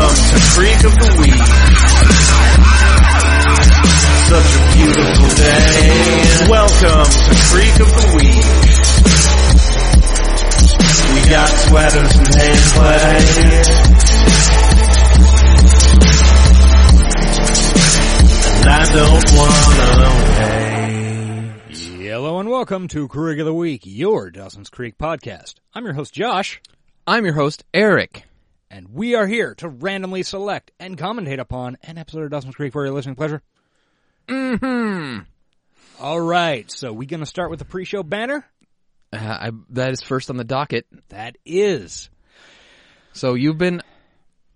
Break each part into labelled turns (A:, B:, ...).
A: freak of the week. Such a beautiful day. Welcome to Freak of the Week. We got sweaters and hand play. And I don't wanna wait.
B: Hello and welcome to Krig of the Week, your Dawson's Creek podcast. I'm your host Josh,
C: I'm your host, Eric.
B: and we are here to randomly select and commentate upon an episode of Dawson's Creek for your listening pleasure. Mm-hmm. All right, so we gonna start with the pre-show banner?
C: Uh, I, that is first on the docket.
B: That is,
C: So you've been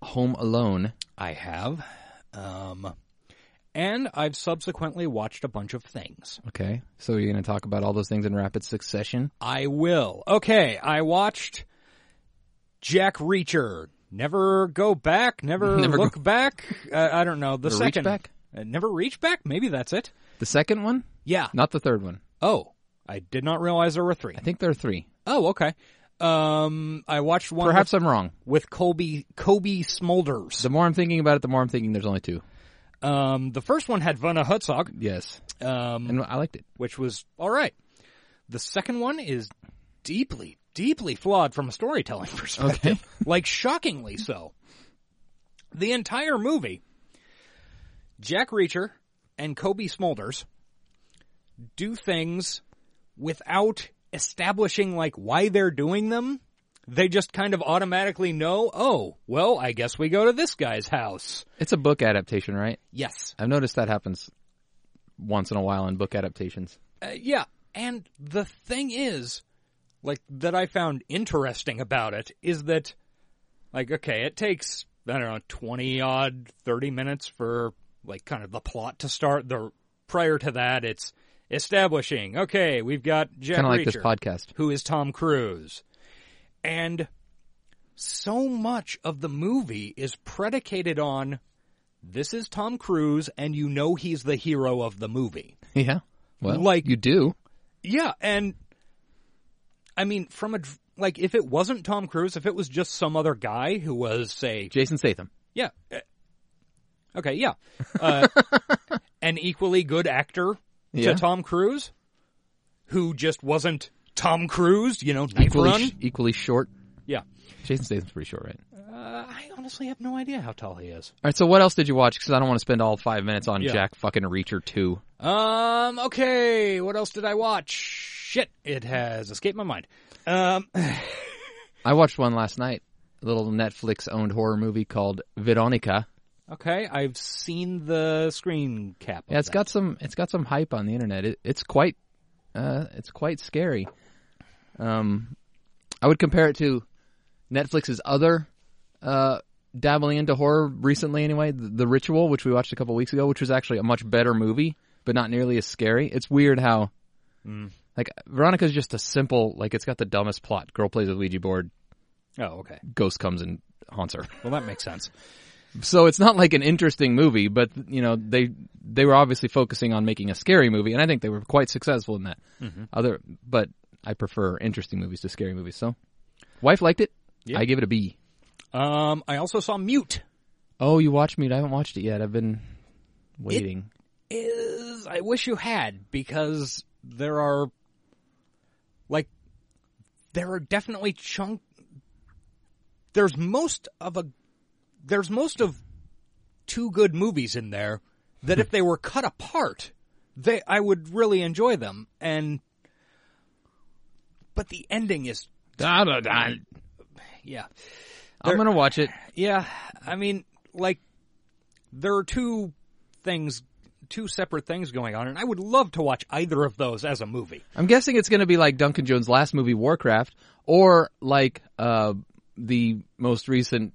C: home alone.
B: I have, um, and I've subsequently watched a bunch of things.
C: Okay. So you're going to talk about all those things in rapid succession.
B: I will. Okay, I watched Jack Reacher. Never go back. Never,
C: Never
B: look back. Uh, I don't know. The
C: Never reach
B: second.
C: back?
B: Uh, never reach back. Maybe that's it.
C: The second one,
B: Yeah.
C: not the third one.
B: Oh, I did not realize there were three.
C: I think there are three.
B: Oh, okay. Um, I watched one
C: Perhaps
B: with,
C: I'm wrong.
B: with Colby Kobe Smolders.
C: The more I'm thinking about it, the more I'm thinking there's only two.
B: um, the first one had Vanna Hutzog,
C: Yes.
B: um,
C: And I liked it.
B: which was all right. The second one is deeply, deeply flawed from a storytelling perspective. like shockingly so. The entire movie, Jack Reacher and Kobe Smolders do things without establishing like why they're doing them. They just kind of automatically know, oh, well, I guess we go to this guy's house.
C: It's a book adaptation, right?
B: Yes.
C: I've noticed that happens once in a while in book adaptations.
B: Uh, yeah, and the thing is, like that I found interesting about it is that, like, okay, it takes I don't know twenty odd thirty minutes for like kind of the plot to start. The prior to that, it's establishing. Okay, we've got Jack
C: Kind of like this
B: Reacher,
C: podcast.
B: who is Tom Cruise, and so much of the movie is predicated on this is Tom Cruise, and you know he's the hero of the movie.
C: Yeah. Well,
B: Like-
C: you do.
B: Yeah, and I mean, from a dr- like, if it wasn't Tom Cruise, if it was just some other guy who was, say,
C: Jason Statham.
B: yeah, eh, okay, yeah, uh, an equally good actor
C: Yeah.
B: to Tom Cruise, who just wasn't Tom Cruise, you know, knife run.
C: Equally, sh- equally short.
B: yeah,
C: Jason Statham's pretty short, right?
B: uh, I honestly have no idea how tall he is.
C: All right, so what else did you watch? Because I don't want to spend all five minutes on
B: Yeah.
C: Jack fucking Reacher 2.
B: Um, okay, what else did I watch? Shit, it has escaped my mind. Um,
C: I watched one last night, a little Netflix owned horror movie called Veronica.
B: okay, I've seen the screen cap. of
C: Yeah, it's
B: that.
C: got some it's got some hype on the internet. It, it's quite uh, it's quite scary. Um, I would compare it to Netflix's other uh, dabbling into horror recently. Anyway, the, the Ritual, which we watched a couple weeks ago, which was actually a much better movie, but not nearly as scary. It's weird how like Veronica's just a simple like it's got the dumbest plot. Girl plays a Ouija board,
B: Oh, okay.
C: ghost comes and haunts her.
B: Well, that makes sense.
C: So it's not like an interesting movie, but you know they they were obviously focusing on making a scary movie, and I think they were quite successful in that. Other, but I prefer interesting movies to scary movies. So, wife liked it.
B: Yeah.
C: I give it a B.
B: Um, I also saw Mute.
C: Oh, you watched Mute? I haven't watched it yet. I've been waiting.
B: Is I wish you had because there are like there are definitely chunk. There's most of a there's most of two good movies in there that if they were cut apart, they I would really enjoy them and. But the ending is yeah.
C: I'm gonna watch it.
B: Yeah, I mean, like, there are two things, two separate things going on, and I would love to watch either of those as a movie.
C: I'm guessing it's gonna be like Duncan Jones' last movie, Warcraft, or like uh, the most recent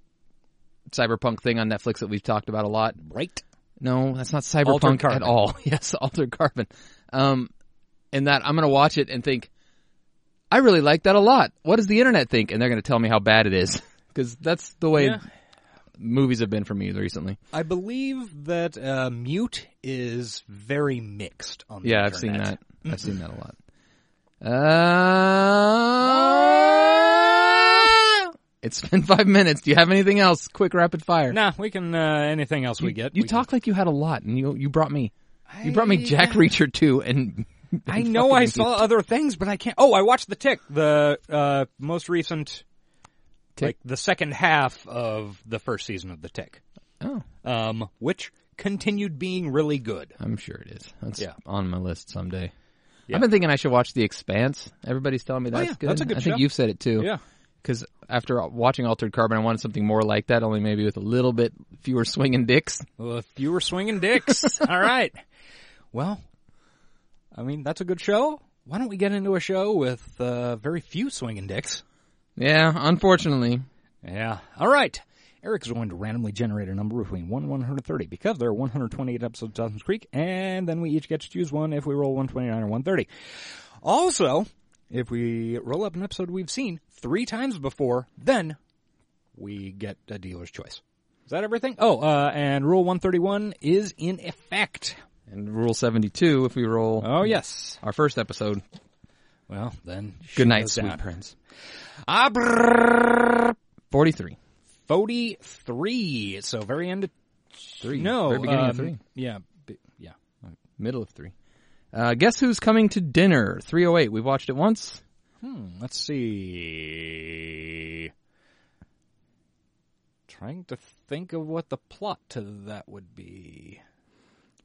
C: cyberpunk thing on Netflix that we've talked about a lot,
B: Right?
C: No, that's not
B: Altered
C: cyberpunk
B: Carbon.
C: at all. Yes, altered carbon. Um, and that I'm going to watch it and think, I really like that a lot. What does the internet think? And they're going to tell me how bad it is because that's the way
B: Yeah.
C: movies have been for me recently.
B: I believe that uh, Mute is very mixed on the
C: Yeah, I've seen
B: internet.
C: that. I've seen that a lot. Uh, It's been five minutes. Do you have anything else? Quick, rapid fire.
B: Nah, we can uh, anything else we get.
C: You
B: we
C: talk like you had a lot, and you you brought me
B: Can...
C: you brought me Jack Reacher two, and
B: I
C: and
B: know
C: fucking
B: I
C: Mickey
B: saw other things, but I can't. Oh, I watched the Tick, the uh, most recent,
C: Tick?
B: like the second half of the first season of the Tick,
C: Oh,
B: um, which continued being really good.
C: I'm sure it is. That's
B: Yeah.
C: on my list someday.
B: Yeah. Oh,
C: I've been thinking I should watch The Expanse. Everybody's telling me that's
B: yeah,
C: good.
B: that's a good
C: I think
B: show.
C: you've said it too. Because after watching Altered Carbon, I wanted something more like that, only maybe with a little bit fewer swinging dicks.
B: Well, if you were swinging dicks, all right. Well, I mean that's a good show. Why don't we get into a show with uh, very few swinging dicks?
C: Yeah, unfortunately.
B: Yeah. All right. Eric's going to randomly generate a number between 1 and 130 because there are 128 episodes of Dawson's Creek, and then we each get to choose one if we roll 129 or 130. Also, if we roll up an episode we've seen three times before, then we get a dealer's choice. Is that everything? Oh, uh, and rule 131 is in effect.
C: And Rule 72, if we roll
B: Oh, yes.
C: our first episode.
B: Well, then.
C: Good night,
B: goes
C: sweet
B: down.
C: prince.
B: Abrrrr.
C: 43.
B: 43. So very end of
C: Three.
B: No,
C: Very beginning of
B: um,
C: three.
B: Yeah, b- yeah.
C: Middle of three. Uh, guess who's coming to dinner? 308. We've watched it once.
B: Hmm, let's see. Trying to think of what the plot to that would be.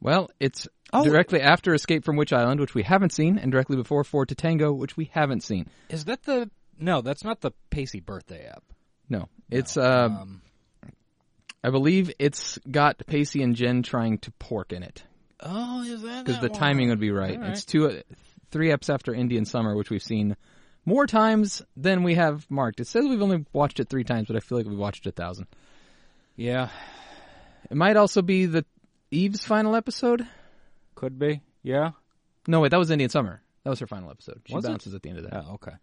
C: Well, it's
B: Oh.
C: directly after Escape from Witch Island, which we haven't seen, and directly before Four to Tango, which we haven't seen.
B: Is that the? No, that's not the Pacey birthday app.
C: No, it's uh,
B: Um,
C: I believe it's got Pacey and Jen trying to pork in it
B: oh, is that?
C: because
B: that
C: the
B: one?
C: timing would be right.
B: All right.
C: It's two, uh, three eps after Indian Summer, which we've seen more times than we have marked. It says we've only watched it three times, but I feel like we've watched it a thousand.
B: Yeah,
C: It might also be the Eve's final episode.
B: could be. Yeah.
C: No, wait, that was Indian Summer. That was her final episode. She
B: Was it?
C: bounces at the end of that.
B: Oh, okay.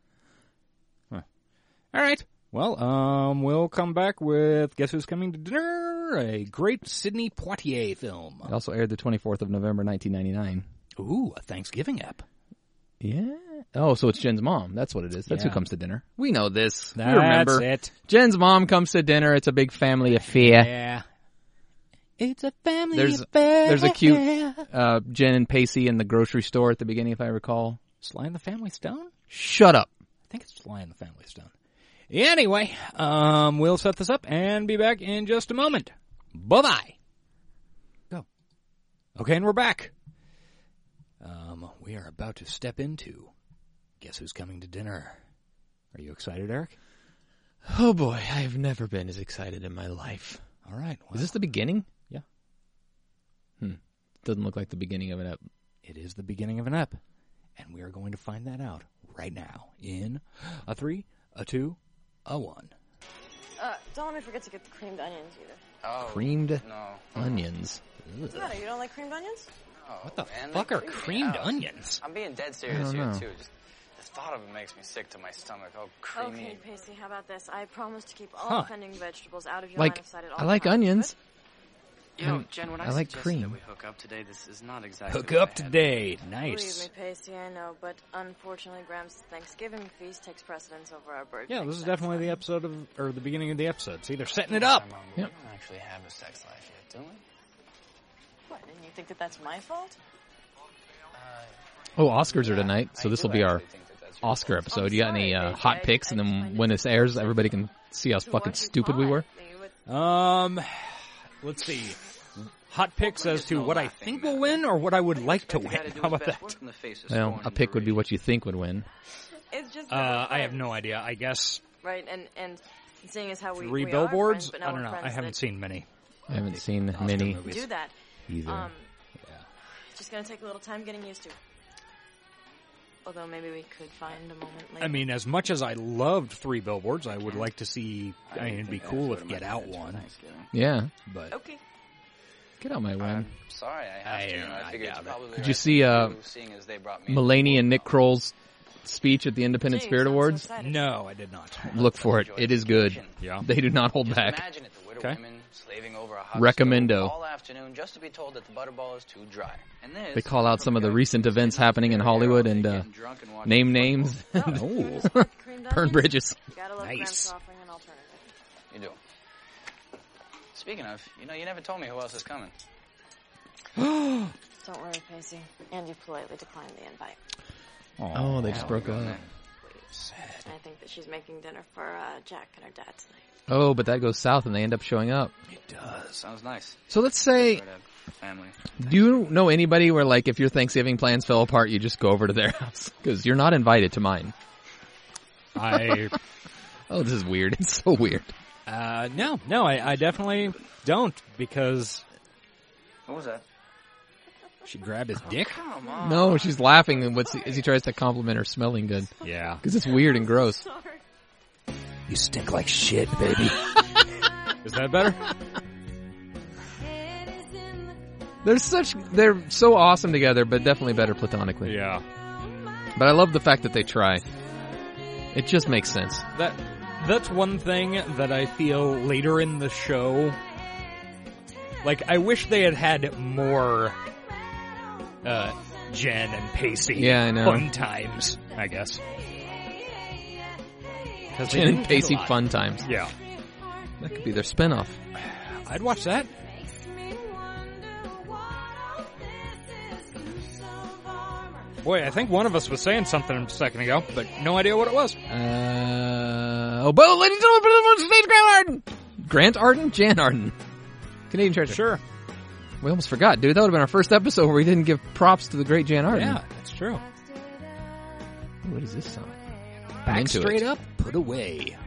B: Huh. All right. Well, um, we'll come back with guess who's coming to dinner? A great Sidney Poitier film.
C: It also aired the 24th of November, 1999.
B: Ooh, a Thanksgiving app.
C: Yeah. Oh, so it's Jen's mom. That's what it is. That's who
B: Yeah.
C: comes to dinner. We know this.
B: That's
C: we remember.
B: it.
C: Jen's mom comes to dinner. It's a big family affair.
B: Yeah. It's a family
C: There's-
B: affair.
C: there's a cute- Uh, Jen and Pacey in the grocery store at the beginning, if I recall.
B: Sly and the Family Stone? I
C: Shut up.
B: think it's Sly and the Family Stone. Anyway, um, we'll set this up and be back in just a moment. Bye bye. Go. Okay, and we're back. Um, we are about to step into. Guess who's coming to dinner? Are you excited, Eric?
C: Oh boy, I have never been as excited in my life.
B: All right. Well,
C: Is this the beginning?
B: Yeah.
C: Hmm. Doesn't look like the beginning of Uh, an ep.
B: it is the beginning of an ep, and we are going to find that out right now in a three, a two, a one.
D: Uh, don't want to forget to get the creamed onions either.
C: Creamed onions.
D: What's the matter? You don't like creamed onions?
B: What the
E: and
B: fuck
E: Oh, they
B: are
E: creep me
B: creamed
E: out.
B: onions?
E: I'm being dead serious
C: I
E: here
C: don't know.
E: too. Just the thought of it makes me sick to my stomach. Oh, creamy.
D: Okay, Pacey, how about this? I promise to keep all
B: Huh.
D: offending vegetables out of your
C: Like,
D: line of sight at all
C: I like
D: times.
C: onions.
E: Yo,
C: Um,
E: Jen, when
C: I
E: I,
C: like
E: suggested
C: cream.
E: that we hook up today, this is not exactly
B: Hook
E: what
B: up
E: I had.
B: today.
D: Good. Believe
B: Nice.
D: me, Pacey, I know, but unfortunately, Graham's Thanksgiving feast takes precedence over our bird.
B: Yeah,
D: fix
B: this is
D: next
B: definitely the
D: time.
B: episode of, or the beginning of the episode. See, they're setting it up.
E: Um, We
C: Yep.
E: don't actually have a sex life yet, do we?
D: What? And you think that that's my fault?
C: Oh, Oscars are tonight,
E: I
C: so this
E: do
C: will be our
E: actually think that that's your
C: Oscar
E: fault.
C: episode. You got any
D: sorry,
C: uh,
D: Dave.
C: hot
D: I-
C: picks?
D: I
C: And then
D: find it
C: when this airs, everybody can see how
D: To
C: fucking
D: watch you
C: stupid we
D: fly.
C: were.
D: You would-
B: Um, let's see. Hot picks as to what I think will win or what I would like to
E: What you
B: win.
E: gotta do is
B: How about
E: best
B: that?
E: work in the face of
C: Well,
E: scorn
C: a
E: and
C: pick would be
E: derision.
C: what you think would win.
D: It's just.
B: Uh, I have no idea. I guess
D: Right, and and seeing as how we
B: three
D: we
B: billboards.
D: Are friends, but now
B: I don't
D: we're
B: know.
D: friends
B: I haven't
D: that
B: seen many.
C: I haven't seen many.
B: movies.
D: Do that.
B: Either.
D: Um, Just gonna take a little time getting used to. Although maybe we could find a moment later.
B: I mean, as much as I loved Three Billboards, I would like to see. Uh-huh. I mean, it'd be cool if Get Out won,
E: Thanksgiving.
C: Yeah,
B: but
D: Okay.
C: get out my way.
E: I'm sorry, I have
B: I-
E: to. You know,
B: I
E: I figured it's
B: doubt it.
E: probably the
C: Did
E: right
C: you see,
E: thing to
C: uh,
E: do, seeing as they brought me in.
C: Mulaney and Nick Kroll's speech at the Independent
D: Gee,
C: Spirit
D: sounds so
C: Awards.
D: exciting.
B: no, I did not.
C: Look for it; it is good.
B: Yeah.
C: They do not hold
E: Just
C: back.
E: Imagine it, the widow
B: Okay.
E: women, slaving over a hot
C: Recommendo.
E: stove all afternoon just to be told that the butterball is too dry. And this,
C: They call out
E: from
C: some of
E: a
C: the
E: guy
C: recent
E: who's
C: events
E: sitting
C: happening in
E: there
C: Hollywood
E: all day
C: and, uh,
E: getting drunk and watching
C: Name
E: football.
C: names.
D: Oh. Creamed
C: Burn
D: onions?
C: bridges.
D: Gotta love
B: Nice.
D: Gramps for offering an alternative.
E: You do. Speaking of, you know, you never told me who else is coming.
D: Don't worry, Pacey. And you politely declined the invite.
C: Oh, they just broke up.
D: I think that she's making dinner for uh, Jack and her dad tonight.
C: Oh, but that goes south and they end up showing up.
E: Sounds nice.
C: So let's say,
E: For the family.
C: do you know anybody where like if your Thanksgiving plans fell apart, you just go over to their house because you're not invited to mine.
B: I
C: Oh, this is weird. It's so weird.
B: uh, no, no, I, I definitely don't because
E: What was that?
B: she grabbed his dick.
E: Come on.
C: No, she's laughing and what's as he tries to compliment her smelling good
B: Yeah,
C: because it's weird and gross.
D: Sorry.
B: you stink like shit, baby. Is that better?
C: They're such they're so awesome together, but definitely better platonically.
B: Yeah.
C: But I love the fact that they try. It just makes sense.
B: That that's one thing that I feel later in the show. Like I wish they had had more uh, Jen and Pacey.
C: Yeah, I know.
B: Fun times, I guess. Because
C: Jen and Pacey fun times.
B: Yeah,
C: That could be their spinoff.
B: I'd watch that. Boy, I think one of us was saying something a second ago, but no idea what it was.
C: Uh, oh, but ladies and gentlemen, stage Grant Arden. Grant Arden, Jan Arden, Canadian treasure.
B: Sure.
C: We almost forgot, dude. That would have been our first episode where we didn't give props to the great Jan Arden.
B: Yeah, that's true.
C: What is this song?
B: Back
C: into
B: straight
C: it.
B: up, put away.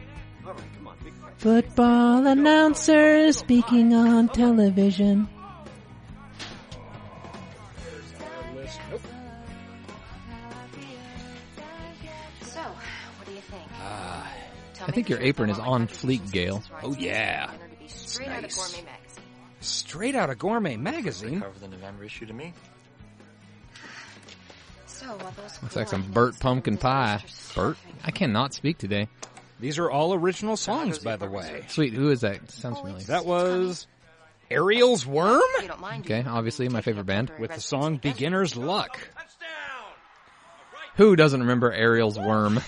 F: Football announcer speaking on television.
D: So, what do you think? Tell
C: I
D: me
C: think
D: if
C: your
D: you're
C: apple
D: the
C: is
D: one
C: on
D: that got the
C: fleek,
D: juices
C: Gail.
D: right.
B: Oh, yeah.
D: Dinner to be straight out of
B: nice.
D: Gourmet Magazine.
B: Straight out of Gourmet Magazine.
G: Cover the November issue to me.
D: So, are those
C: Looks
D: cool
C: like some
D: onions
C: Burt
D: and
C: Pumpkin
D: those
C: Pie.
D: extra
C: Burt?
D: stuffing?
C: I cannot speak today.
B: These are all original songs, by the way.
C: Sweet, who is that? Sounds familiar.
B: That was Ariel's Worm
D: You don't mind.
C: Okay, obviously my favorite band.
B: with the song Beginner's Luck.
C: Who doesn't remember Ariel's worm?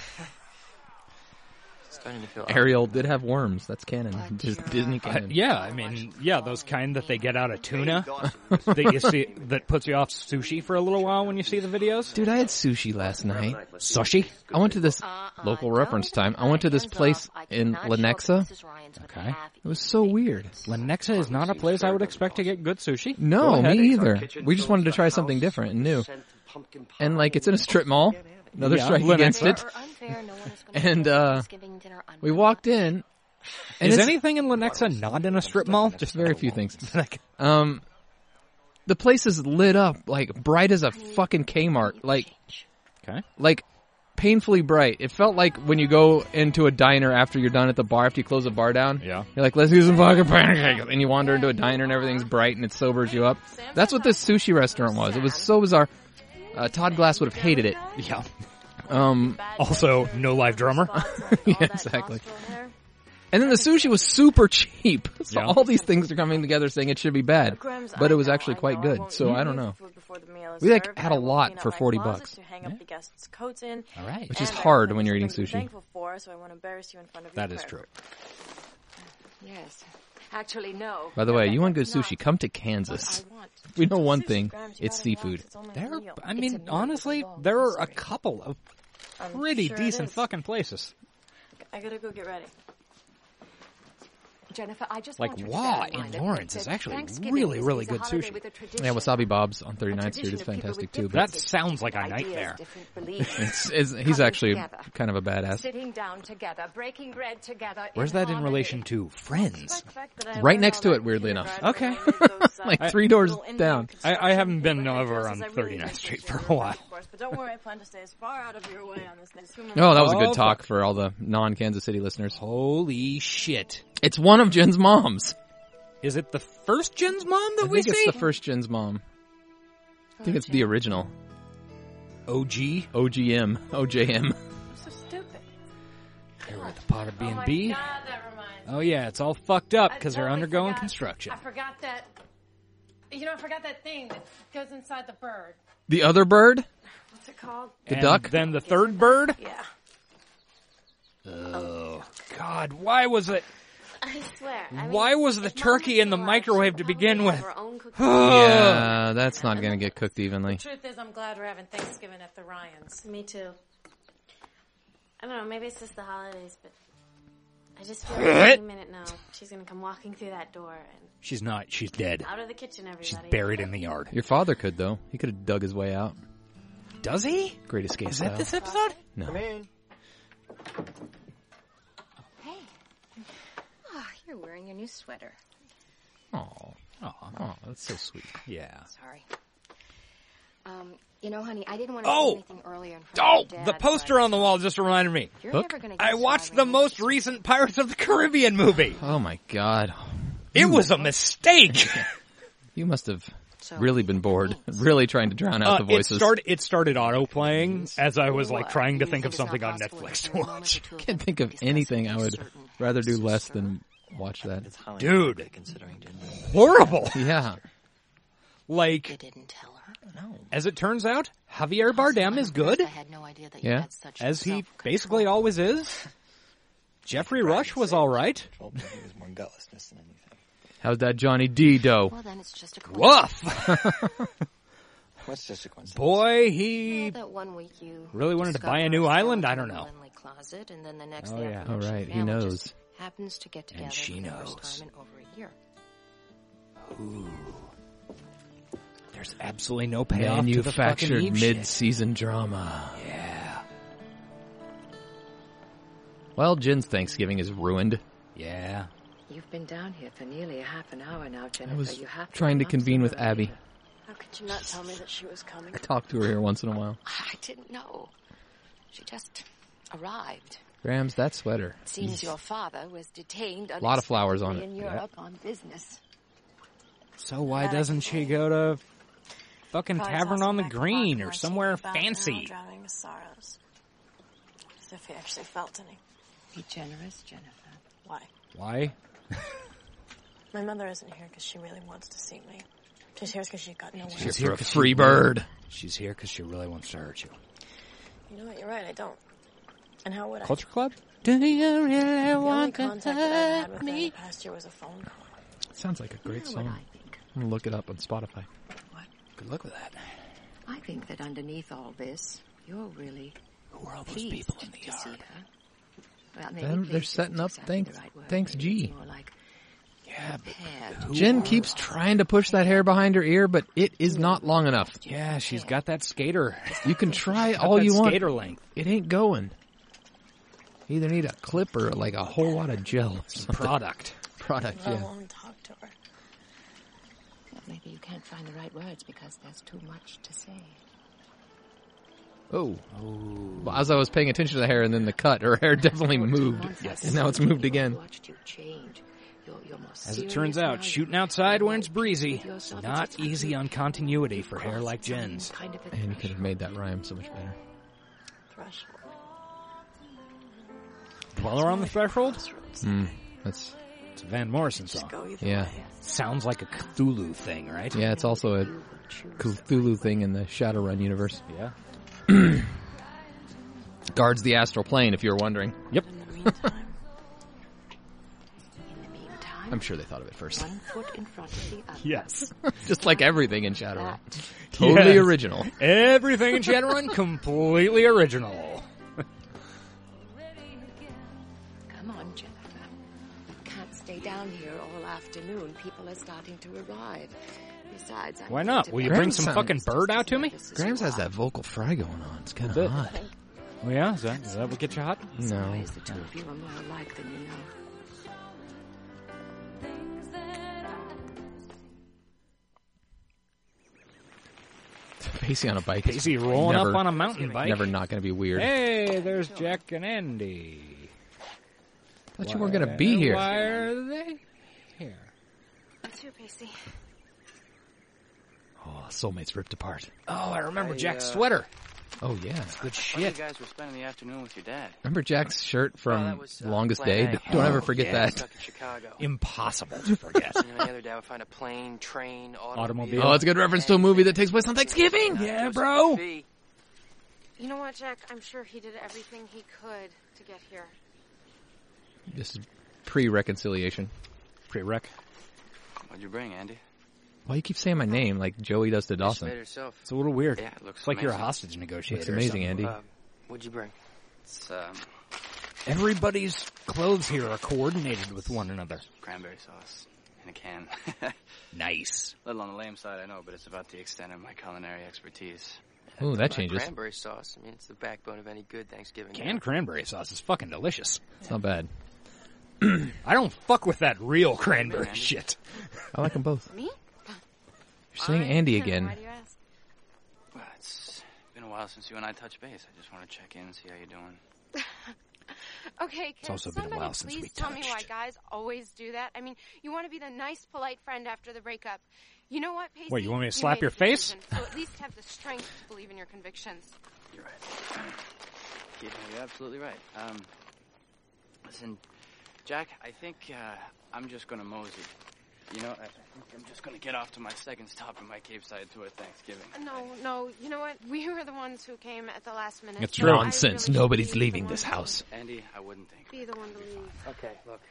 G: Starting to feel.
C: Ariel did have worms. That's canon. Just Disney
B: Uh,
C: canon.
B: yeah, I mean, yeah, those kind that they get out of tuna that you see that puts you off sushi for a little while when you see the videos.
C: Dude, I had sushi last night.
B: Sushi?
C: I went to this local reference time. I went to this place in Lenexa.
B: Okay.
C: It was so weird.
B: Lenexa is not a place I would expect to get good sushi.
C: No,
B: Go ahead.
C: me either. We just wanted to try something different and new. And like, it's in a strip mall. Another
B: Yeah,
C: strike
B: Lenexa.
C: against it. And, uh, We walked in. And
B: Is
C: it's
B: anything in Lenexa not in a strip mall?
C: just very few things.
B: Like,
C: Um, the place is lit up like bright as a fucking Kmart. Like,
B: okay.
C: like painfully bright. It felt like when you go into a diner after you're done at the bar, after you close the bar down.
B: Yeah.
C: You're like, let's do some fucking pancakes. And you wander into a diner and everything's bright and it sobers you up. That's what this sushi restaurant was. It was so bizarre. Uh, Todd Glass would have hated it.
B: Yeah.
C: Um,
B: Also, no live drummer.
C: Yeah, exactly. and then the sushi was super cheap. So
B: Yeah.
C: all these things are coming together saying it should be bad. But it was actually quite good. So I don't know. We, like, had a lot for 40 bucks.
B: All right.
C: Which is hard when you're eating sushi.
B: That is true.
D: Yes. Actually, no.
C: By the way, you want good
D: Not
C: sushi, come to Kansas.
D: I want.
C: We know one thing,
D: Sushi, Grimes, you
C: it's
D: gotta relax,
C: seafood.
D: it's only a
B: There,
D: meal.
B: I
D: It's a
B: mean,
D: meal,
B: honestly,
D: it's a long
B: there are a
D: story.
B: couple of
D: I'm
B: pretty
D: sure it
B: decent
D: is.
B: fucking places.
D: I gotta go get ready.
H: Jennifer, I just
B: Like,
H: want you
B: wah
H: to bear in
B: in
H: mind that-
B: Lawrence
H: that
B: is actually
H: Thanksgiving
B: really,
H: is-
B: really
H: is a
B: good
H: holiday
B: sushi.
H: with a tradition,
C: Yeah, Wasabi Bob's on
H: a
C: 39th Street
H: tradition
C: is
H: of people
C: fantastic
H: with
C: too. But
H: different
B: That sounds like a
H: ideas,
B: nightmare.
H: different beliefs,
C: it's, it's, he's
H: coming
C: actually
H: together,
C: kind of a badass.
H: sitting down together, breaking bread together.
B: Where's that in relation to Friends?
C: Right next to it, weirdly enough.
B: Okay.
C: Like three doors down.
B: I- I haven't been over on 39th Street for a while.
D: But don't worry, I plan to stay as far out of your way on this next human.
C: Oh, that was a good
B: Oh,
C: talk for all the non-Kansas City listeners.
B: Holy shit!
C: It's one of Jen's moms.
B: Is it the first Jen's mom that
C: I
B: we
C: think
B: see?
C: it's the first Jen's mom. I think it's the original.
B: OG.
C: OGM. OJM.
D: so stupid.
B: They were at the Potter B and B.
D: God, that reminds
B: Oh yeah, it's all fucked up because
G: I
B: they're
G: totally
B: undergoing
G: forgot-
B: construction.
G: I forgot that. You know, I forgot that thing that goes inside the bird.
C: The other bird?
G: What's it called?
B: The
C: duck?
B: Then the third bird.
D: Yeah.
B: Oh. God, why was it?
I: I swear. I mean,
B: Why was the
I: if Mom
B: turkey
I: was
B: in the
I: alive,
B: microwave
I: she'd
B: to
I: probably
B: begin
I: have
B: with?
I: her own cooking.
B: Uh.
C: Yeah, that's not gonna get cooked evenly.
G: Truth is, I'm glad we're having Thanksgiving at the Ryans.
I: Me too. I don't know. Maybe it's just the holidays, but I just feel like any minute now she's gonna come walking through that door and
B: She's not. She's dead.
I: out of the kitchen. Everybody.
B: She's buried in the yard.
C: Your father could though. He could have dug his way out.
B: Does he?
C: Great escape
B: Is
C: style.
B: that this episode?
C: No.
J: Hey. Oh, you're wearing your new sweater.
C: Oh,
B: Oh,
C: oh, that's so sweet.
B: yeah.
J: Sorry. Um, you know, honey, I didn't want to
B: Oh!
J: say anything earlier in front
B: Oh,
J: of your dad,
B: the poster
J: but
B: on the wall just reminded me.
J: You're
C: Look.
J: never gonna
B: I
J: guess
B: watched
J: why
B: the
J: we-
B: most recent Pirates of the Caribbean movie.
C: Oh my god.
B: It was a mistake.
C: You must have
J: So-
C: really been bored. Really trying to drown out the
B: Uh, it
C: voices.
B: started. It started auto playing as I was like
J: What?
B: trying to
J: You
B: think of
J: it's
B: something
J: not
B: on
J: possible in
B: Netflix
J: a
B: to
J: moment or
B: watch.
J: two of
C: Can't
J: them
C: think of
J: discussing
C: anything I
J: a
C: would
J: certain
C: rather do less
J: certain-
C: than watch that.
B: Dude.
E: Considering didn't
B: Horrible.
C: Yeah.
J: You
B: Like
J: didn't tell her.
B: as it turns out, Javier Bardem is good.
J: I had no idea that you
C: Yeah.
J: had such
B: as he
J: self-control.
B: basically always is. Jeffrey Rush was all right.
E: Told me it was more gutlessness than anything.
C: How'd that Johnny D do?
J: Well, then it's just a coincidence.
B: Woof!
E: What's just a coincidence?
B: Boy,
J: Well,
B: he.
J: that one week you
B: Really wanted to buy a
J: discover
B: new
J: skeleton
B: island? I
J: in
B: don't
J: the
B: know.
J: Lindley Closet, and then the next
B: Oh,
J: the
B: yeah.
J: aforementioned
C: All right, he
J: family
C: knows.
J: just Happens to get together
B: she
J: for the
B: knows.
J: first time in over a year.
B: There's absolutely no payoff to the fucking
C: Manufactured
B: Eve
C: mid
B: shit.
C: season drama. Yeah. Well, Jin's Thanksgiving is ruined.
B: Yeah.
H: You've been down here for nearly a half an hour now, Jennifer.
C: I was
H: you have
C: trying to
H: come up
C: convene with
H: the road.
C: Abby.
D: How could you not tell me that she was coming?
C: I talk to her here once in a while.
J: I didn't know. She just arrived.
C: Grams, that sweater.
J: It seems your father was detained
C: A lot of flowers on
H: in
C: it.
H: Europe on business.
B: So why doesn't she go to fucking
D: Probably saw
B: Tavern
D: some
B: on the
D: back
B: Green
D: block
B: or
D: where she
B: somewhere
D: was bound and all
B: fancy?
D: Drowning his sorrows. As if he actually felt any.
H: Be generous, Jennifer.
D: Why?
B: Why?
D: My mother isn't here because she really wants to see me. She's here because she got nowhere.
B: She's
C: For
B: here
C: a
B: 'cause she
C: free bird.
B: She's here because she really wants to hurt you.
D: You know what? You're right. I don't. And how would I?
B: Culture Club?
F: Do you really
D: The only
F: want to
D: contact that I had
F: hurt
D: with her in
F: me?
D: the past year was a phone call.
C: Sounds like a
H: You
C: great
H: know
C: song.
H: what I
C: I'm
H: think?
C: gonna look it up on Spotify.
H: What?
B: Good luck with that.
H: I think that underneath all this, you're really
B: Who are all those
H: pleased
B: people in the
H: to see
B: yard?
H: her. Well, maybe
C: Then they're
H: pleased
C: setting
H: isn't
C: up
H: exactly the
C: thanks-
H: right word.
C: thanks
H: Maybe it's
C: G.
H: More like
B: Yeah, but
H: prepared.
C: Jin keeps trying to push that hair behind her ear, but it is not long enough.
B: yeah, she's got that skater.
C: You can try
B: Got
C: all
B: that
C: you want.
B: Skater length.
C: It ain't going. You either need a clip or like a whole lot of gel. or Some
B: Product.
C: product,
D: I
C: yeah.
D: won't talk to her.
H: Well, maybe you can't find the right words because there's too much to say.
C: Oh. Well, as I was paying attention to the hair and then the cut, her hair definitely moved.
H: Once I
C: And now it's
H: see you,
C: moved again.
H: I've watched you change. You're- you're more
B: As it
H: serious
B: turns
H: now.
B: out,
H: You-
B: shooting outside when it's breezy,
H: You're yourself.
B: not
H: It's like
B: easy
H: you-
B: on continuity
H: you've
B: for hair
H: crossed
B: like
H: some
B: Jen's.
H: kind of a
C: And you could have
H: threshold.
C: made that rhyme so much better.
D: Threshold.
B: Dweller on the Threshold?
D: Crossroads.
C: Mm, that's
B: It's a Van Morrison song.
D: Go either
C: yeah,
D: way.
B: Sounds like a Cthulhu thing, right?
C: yeah. It's also a Cthulhu thing in the Shadowrun universe.
B: Yeah.
C: Guards the astral plane, if you're wondering.
B: Yep.
D: In the meantime,
H: In the meantime,
C: I'm sure they thought of it first.
H: one foot in front of the other.
B: Yes.
C: Just like everything in Shadowrun, totally
B: Yes.
C: original.
B: Everything in Shadowrun completely original.
H: Come on, Jennifer. We can't stay down here all afternoon. People are starting to arrive. Besides, I'm
B: Why
H: going
B: not?
H: to
B: Will you
H: bring
B: bring some
C: Grandson.
B: fucking bird out to me?
C: Grams has that vocal fry going on. It's kind
B: bit.
C: of hot.
B: Oh yeah, is that, is that what gets you hot?
C: No,
H: ways the two of you are more alike than you know.
C: Pacey on a bike. is
B: Daisy rolling
C: never,
B: up on a mountain bike.
C: Never not going to be weird.
B: Hey, there's Jack and Andy.
C: Thought you weren't going to be here.
B: Why are they here?
I: That's your Pacey.
C: Oh, soulmates ripped apart.
B: Oh, I remember Jack's sweater.
C: Oh yeah.
B: Good
E: Shit. You guys were spending the afternoon with your dad.
C: Remember Jack's shirt
E: Oh,
C: from
E: that was, uh,
C: Longest
E: Plan
C: Day?
E: A.
C: Don't
E: Oh,
C: ever forget
E: yeah.
C: that.
E: Stuck in Chicago.
B: Impossible to forget.
E: And then the other day, I would find a plane, train, automobile.
B: Automobile.
C: Oh, it's a good reference to a movie that takes place on Thanksgiving.
B: Yeah, bro.
I: You know what, Jack? I'm sure he did everything he could to get here.
C: This is pre-reconciliation.
B: Pre-rec.
E: What'd you bring, Andy?
C: Why you keep saying my name like Joey does to
E: Just made
C: Dawson?
E: herself.
B: It's a little weird.
E: Yeah, it looks
B: it's like you're a
E: amazing.
B: hostage negotiator.
C: Looks
B: or
C: amazing,
B: something.
C: Andy.
E: Uh, what'd you bring? It's um,
B: Everybody's clothes here are coordinated with one another.
E: cranberry sauce in a can.
B: Nice.
E: little on the lame side, I know, but it's about the extent of my culinary expertise.
C: Ooh, that
E: Like
C: changes.
E: Cranberry sauce. I mean, it's the backbone of any good Thanksgiving.
B: Canned cranberry sauce is fucking delicious.
C: It's not bad.
B: I don't fuck with that real cranberry shit.
C: I like them both.
I: Me?
C: You're saying Andy
I: Why
C: again.
I: do you ask?
E: Well, it's been a while since you and I touched base. I just want to check in, see how you're doing.
J: Okay, can
B: also been a
J: somebody
B: while
J: please
B: since we
J: tell me why
B: touched.
J: guys always do that? I mean, you want to be the nice, polite friend after the breakup. You know what, Pacey?
B: Wait, you want me to slap
J: made
B: your
J: a
B: face?
J: decision, So at least have the strength to believe in your convictions.
E: You're right. Yeah, you're absolutely right. Um, listen, Jack, I think uh, I'm just gonna mosey. You know, I, I think I'm just gonna get off to my second stop in my Cape Side tour at Thanksgiving.
I: No, no. You know what? We were the ones who came at the last minute.
B: It's
I: No, I
B: nonsense.
I: really should
B: Nobody's
I: be the
B: leaving
I: one
B: this
I: to-
B: house.
E: Andy, I wouldn't think.
I: Be the one to leave.
E: Okay, look,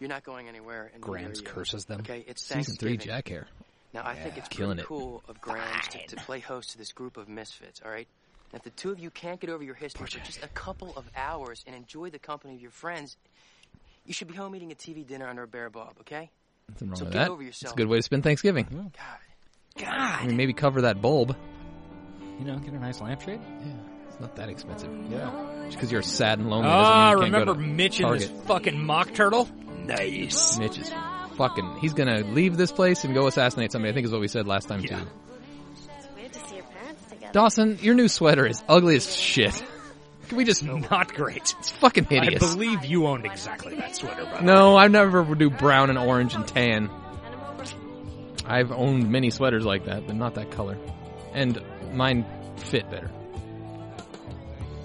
E: you're not going anywhere. In the
B: Grams
E: near year.
B: curses them.
E: Okay, it's
C: Season three,
E: Thanksgiving.
C: Jack here.
E: Now, I think
C: Yeah.
E: it's
C: Killing
E: pretty
C: it.
E: cool of Grams to, to play host to this group of misfits, all right? And if the two of you can't get over your history for just a couple of hours and enjoy the company of your friends, you should be home eating a TV dinner under a bear bob, okay?
C: Nothing wrong
E: So
C: with
E: get
C: that.
E: over
C: It's
E: yourself.
C: a good way to spend Thanksgiving.
E: God.
C: I mean, maybe cover that bulb.
B: You know, get a nice lampshade.
C: Yeah, it's not that expensive.
B: Yeah.
C: Just because you're sad and lonely.
B: Ah,
C: doesn't mean you can't go
B: remember
C: to
B: Mitch and his
C: Target.
B: fucking mock turtle? Nice.
C: Mitch is fucking. He's gonna leave this place and go assassinate somebody. I think is what we said last time
B: Yeah.
C: too.
I: It's weird to see your parents together.
C: Dawson, your new sweater is ugly as shit. Can we just?
B: Not great.
C: It's fucking
B: I
C: hideous.
B: believe you owned exactly that sweater, by the way.
C: no, I never would do brown and orange and tan. I've owned many sweaters like that, but not that color. And mine fit better.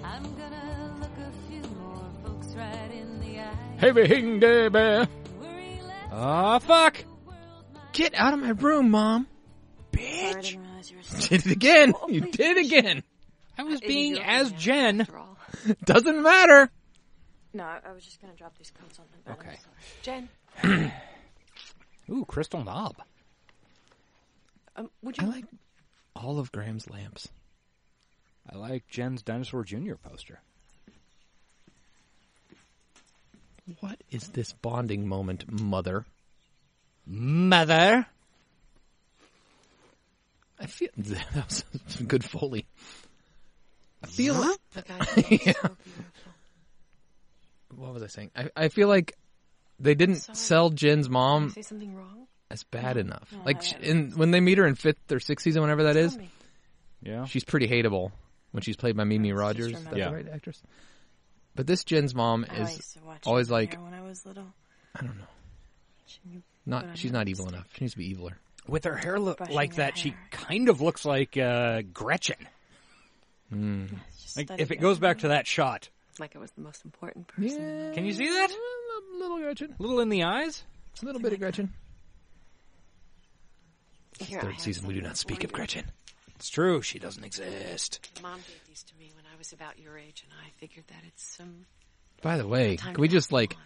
K: I'm gonna look a few more folks right in the eye.
C: Heavy hing day bear.
K: Worry less,
B: Ah, fuck.
C: Get out of my room, mom.
I: Sorry, I didn't realize you were so
C: Did it again. You did it again.
B: I was being as Jen.
C: Doesn't matter.
I: No, I, I was just gonna drop these coats on the bed. I'm
B: Okay.
I: sorry. Jen,
B: Ooh, crystal knob.
I: um, would
C: I
I: you?
C: like all of Graham's lamps.
B: I like Jen's Dinosaur Jr. poster.
C: What is this bonding moment, mother?
B: Mother.
C: I feel that was some good foley. I feel what was I saying? I, I feel like they didn't sell Jen's mom
I: Say something wrong?
C: as bad enough.
I: no,
C: like
I: I-
C: sh in when they meet her in fifth or sixth season, whenever that is,
I: Tell me.
B: Yeah.
C: she's pretty hateable when she's played by Mimi Rogers. Is that
B: Yeah.
C: the right actress? But this Jen's mom
D: Oh,
I: I used
C: is
I: to watch
C: always
I: Blair
C: like
I: when I was little.
C: I don't know.
I: She knew
C: Not
I: But I
C: she's not evil enough. She needs to be eviler.
B: With her hair look
I: Brushing
B: like
I: her
B: that, she
I: hair.
B: kind of looks like uh, Gretchen. Hmm.
D: Just
B: Like,
D: study
B: if it goes back to that shot,
D: like it was the most important person.
B: can you see that?
C: Little Gretchen.
B: Little in the eyes.
C: A little bit of Gretchen.
D: Here, I
C: Third
D: have
C: season, we do
D: something
C: not speak
D: for
C: of
D: you.
C: Gretchen.
B: It's true. She doesn't exist.
D: Mom gave these to me when I was about your age, and I figured that it's some.
C: By the way,
D: Time
C: can we
D: to
C: just
D: move
C: like
D: on.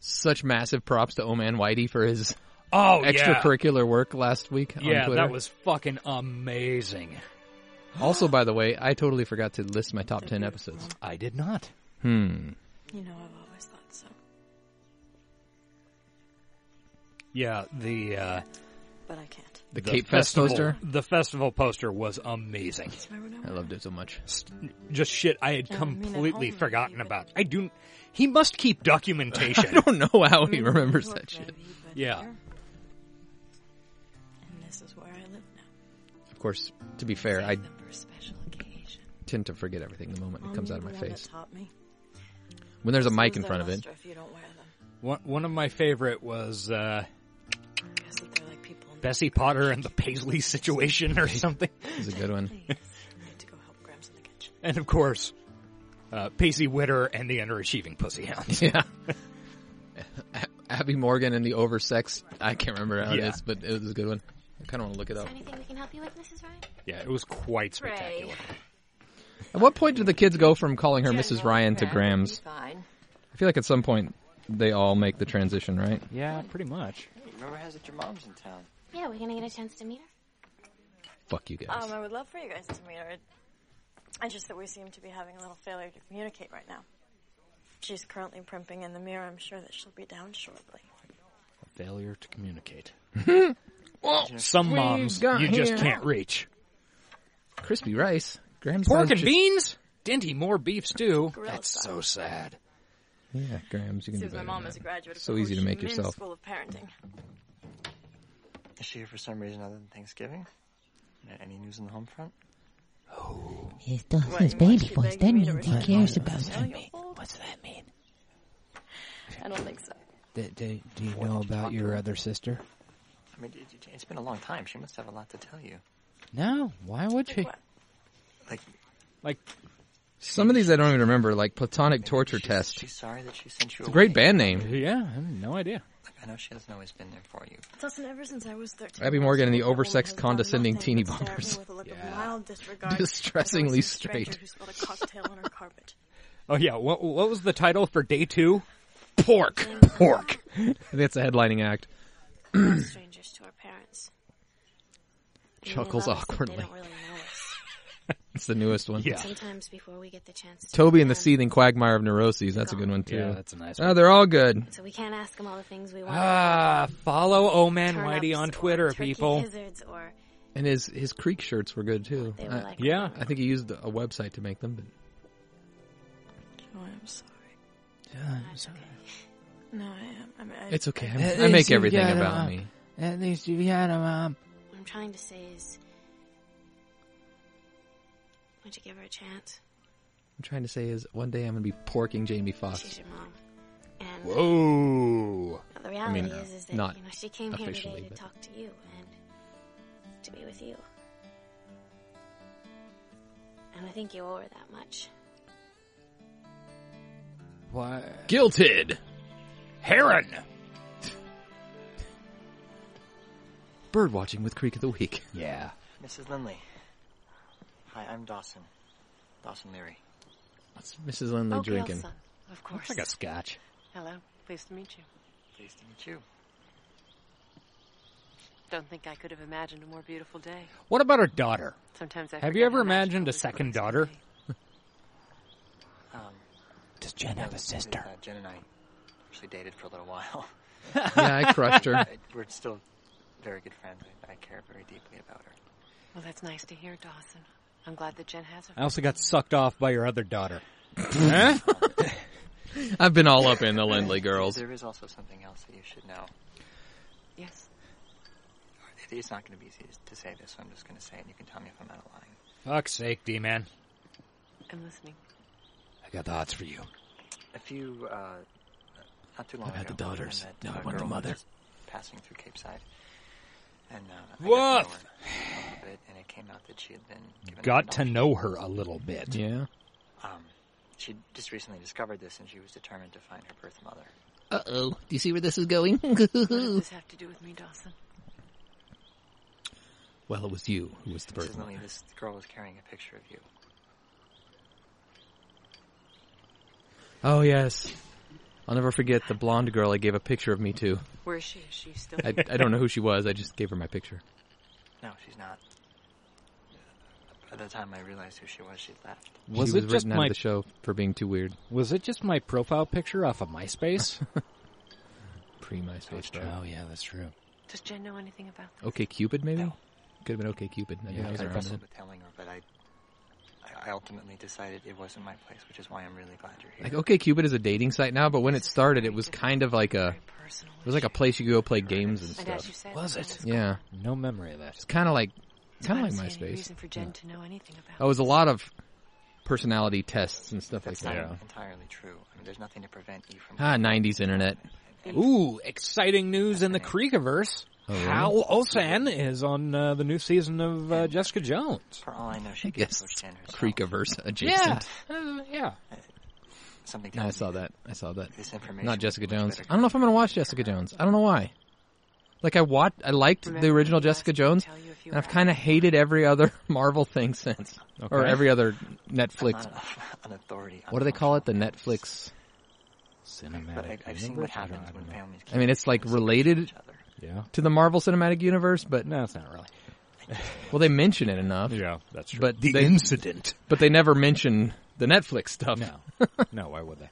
C: such massive props to O Man Whitey for his
B: Oh
C: extracurricular work last week?
B: yeah. Yeah,
C: on Twitter.
B: that was fucking amazing.
C: Also, by the way, I totally forgot to list my top ten episodes.
B: I did not.
C: Hmm.
I: You know, I've always thought so.
B: Yeah, the uh,
I: But I can't.
C: The, Cape Fest
B: festival-
C: poster.
B: The festival poster was amazing.
I: Remember now?
C: I loved it so much.
B: Just shit I had
I: Yeah, I mean, at
B: completely
I: home,
B: forgotten
I: maybe, but-
B: about. I do. He must keep
C: I
B: documentation.
C: don't know how he
I: mean,
C: remembers
I: New York,
C: that shit.
I: maybe, but
B: Yeah.
I: here. And this is where I live now.
C: Of course, to be fair, I
I: Them for a special occasion.
C: tend to forget everything the moment it
I: Mom,
C: comes
I: you're
C: out of my
I: the one that
C: face.
I: taught me.
C: When there's a mic
I: Lose
C: in
I: their
C: front of it,
I: luster If you don't wear them.
B: one, one of my favorite was uh,
I: I guess that they're like people. in the
B: Bessie Potter and the Paisley situation or something.
C: is a good one.
I: Please. I need to go help Grams in the kitchen.
B: And of course, uh, Pacey Witter and the underachieving pussy hounds.
C: Yeah. Abby Morgan and the oversexed. I can't remember how
B: Yeah.
C: it is, but it was a good one. I kind of want to look it up.
I: Anything we can help you with, Mrs. Ryan?
B: Yeah, it was quite
I: Ray.
B: spectacular.
C: At what point did the kids go from calling her Mrs. Ryan to
H: Graham would be
C: Grams?
H: fine.
C: I feel like at some point they all make the transition, right?
B: Yeah, pretty much.
L: Remember, has it your mom's in town?
I: Yeah, we're gonna get a chance to meet her.
C: Fuck you guys.
D: Um, I would love for you guys to meet her. It- It's just that we seem to be having a little failure to communicate right now. She's currently primping in the mirror. I'm sure that she'll be down shortly.
B: Failure to communicate.
D: Well,
B: Some
D: we
B: moms
D: got
B: you just
D: here.
B: can't reach.
C: Crispy rice, Grams
B: pork
C: sounds
B: and
C: ju-
B: beans, Dinty more beef stew. That's so sad.
C: Yeah, Grams, you can
D: Says
C: do
D: my
C: better
D: mom
C: than
D: is a
C: that.
D: graduate of
C: So
D: the Ho
C: easy to
D: Chi
C: make
D: Minh
C: yourself.
D: School of Parenting.
L: Is she here for some reason other than Thanksgiving? Uh, Any news on the home front?
M: His daughter's baby voice. That means he cares about her.
D: What's that mean? I don't think so.
N: Do, do, do you know about your other sister?
L: I mean, it, it- it's been a long time. She must have a lot to tell you.
N: No. Why would she?
L: Like,
B: like
C: Some of these I don't even remember, like Platonic Torture Test.
L: she's sorry that she sent you
C: It's a great
L: away.
C: band name.
B: Yeah, I have no idea.
L: Like, I know she hasn't always been there for you.
D: Dustin, ever since I was 13.
C: Abby Morgan and the oversexed,
D: That woman has done
C: condescending
D: nothing
C: teeny
D: but stare at me
C: boppers.
D: With a look of mild disregard
C: Distressingly
D: as though I was some stranger
C: straight.
D: Who spilled a cocktail on her carpet.
B: Oh yeah, what what was the title for day two? Pork, pork.
C: I think that's a headlining act.
I: We're all strangers to our parents. And they
C: Chuckles
I: love us, but
C: awkwardly.
I: They don't really know us.
C: It's the newest one.
I: Sometimes before we get the chance. To
C: Toby and the
I: meet
C: Seething Quagmire of Neuroses. That's a good one too.
B: Yeah, that's a nice
C: Oh,
B: one.
C: they're all good.
I: them, So we can't ask them all the things we want.
B: Ah, follow O Man
I: Turnips
B: Whitey on
I: or
B: Twitter,
I: turkey
B: people.
I: Gizzards or
C: And his his Creek shirts were good too.
I: They were
C: I-
I: like-
B: Yeah.
C: I think he used a website to make them. But
D: Oh, I'm sorry.
N: I'm
D: sorry. No, I am. I mean, I,
C: It's okay.
N: At
C: I
N: least
C: make
N: you've
C: everything
N: got a
C: about
N: mom.
C: me.
N: At least you've got a mom.
I: What I'm trying to say is, would you give her a chance?
C: I'm trying to say is one day I'm gonna be porking Jamie
I: She's
C: Foxx.
I: your mom. And
B: Oh.
C: Whoa.
I: Now, the reality
C: I mean, uh,
I: is, is that
C: not
I: you know she came here
C: officially,
I: today to
C: but-
I: talk to you and to be with you. And I think you owe her that much.
N: Why?
C: Guilted.
B: Heron.
C: Bird watching with Creek of the Week.
B: Yeah.
L: Mrs. Lindley. Hi, I'm Dawson. Dawson Leary.
C: What's Mrs. Lindley
L: Oh,
C: drinking?
L: Elsa.
H: Of course.
B: Like a scotch.
H: Hello. Pleased to meet you.
L: Pleased to meet you.
O: Don't think I could have imagined a more beautiful day.
B: What about her daughter?
O: Sometimes I
B: have you ever imagined a second daughter?
L: Um,
B: Does Jen have a sister?
L: Uh, Jen and I actually dated for a little while.
C: Yeah, I crushed her.
L: Uh, We're still very good friends. I, I care very deeply about her.
O: Well, that's nice to hear, Dawson. I'm glad that Jen has a
C: Uh,
B: I also got sucked off by your other daughter. Huh?
C: I've been all up in the Lindley girls.
L: There is also something else that you should know.
O: Yes.
L: It- It's not going to be easy to say this, so I'm just going to say it, and you can tell me if I'm out of line.
B: Fuck's sake, D man.
O: I'm listening.
B: I got the odds for you.
L: A few, uh, not too long
N: I've had
L: ago,
N: the daughters.
L: I met
N: Now I want
L: a
N: the
L: girl who
N: mother.
L: was Passing through Cape Side. And, uh, I got to
B: Woof!
L: know her a little bit, and it came out that she had been given
B: Got
L: an
B: to know her a little bit.
C: Yeah.
L: Um, she just recently discovered this, and she was determined to find her birth mother.
C: Uh oh. Do you see where this is going?
O: What does this have to do with me, Dawson?
C: well, it was you who was the bird
L: Mrs. Lily,
C: mother.
L: this girl was carrying a picture of you.
C: Oh yes. I'll never forget the blonde girl I gave a picture of me to.
O: Where is she? Is she still?
C: I, I don't know who she was. I just gave her my picture.
L: No, she's not. By the time I realized who she was, she'd left.
B: Was
C: she
B: it
C: was
B: just
C: written out
B: my-
C: of the show for being too weird.
B: Was it just my profile picture off of MySpace?
C: Pre MySpace.
B: Oh yeah, that's true.
O: Does Jen know anything about this?
C: Okay, Cupid maybe. Could have been Okay Cupid. I think that was
L: I
C: around
L: wrestled
C: then.
L: with telling her, but I, I, I ultimately decided it wasn't my place, which is why I'm really glad you're here.
C: Like Okay Cupid is a dating site now, but when it started, it was kind of like a it was like a place you could go play games and
O: My dad,
C: stuff.
O: you said Was it?
C: Yeah.
B: No memory of that.
C: It's kind of like
O: It's
C: kind
O: hard
C: of
O: to
C: like
O: see any
C: MySpace.
O: reason for Jen to know anything about.
C: Oh, it was a lot of personality tests and stuff
L: That's
C: like
L: not
C: that.
L: entirely true. I mean, there's nothing to prevent you from.
C: Ah, 90s internet.
B: Ooh, exciting news in the Creekiverse.
C: really?
B: Hal Olsen is on uh, the new season of uh, Jessica Jones.
L: For all I know,
C: I
L: she could
C: guess
L: push in herself.
C: Creekiverse
B: Yeah,
C: adjacent.
B: Uh, yeah.
L: Something
C: No, I
L: tells me
C: saw that. I saw that.
L: This information
C: Not Jessica
L: was
C: Jones.
L: better
C: I don't know if I'm going to watch Jessica Jones. I don't know why. Like I watched, I liked the original Jessica Jones, and I've kind of hated every other Marvel thing since, or
L: Okay.
C: every other
L: I'm
C: Netflix.
L: not an, an authority. on
C: What do they call it? The Netflix.
L: But I, I've seen what happens when families.
C: I mean, it's like related
B: yeah.
C: to the Marvel Cinematic Universe, but
B: no, it's not really.
C: Well, they mention it enough.
B: Yeah, that's true.
C: But
B: The
C: they-
B: incident.
C: but they never mention the Netflix stuff.
B: No, no, why would they?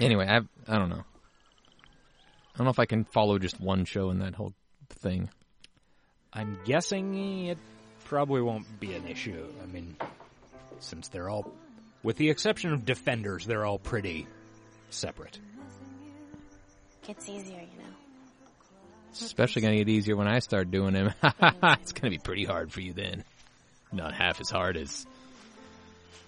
C: Anyway, I I don't know. I don't know if I can follow just one show in that whole thing.
B: I'm guessing it probably won't be an issue. I mean, since they're all, with the exception of Defenders, they're all pretty separate.
I: Gets easier, you know.
C: It's especially going to get easier when I start doing them. it's going to be pretty hard for you then. Not half as hard as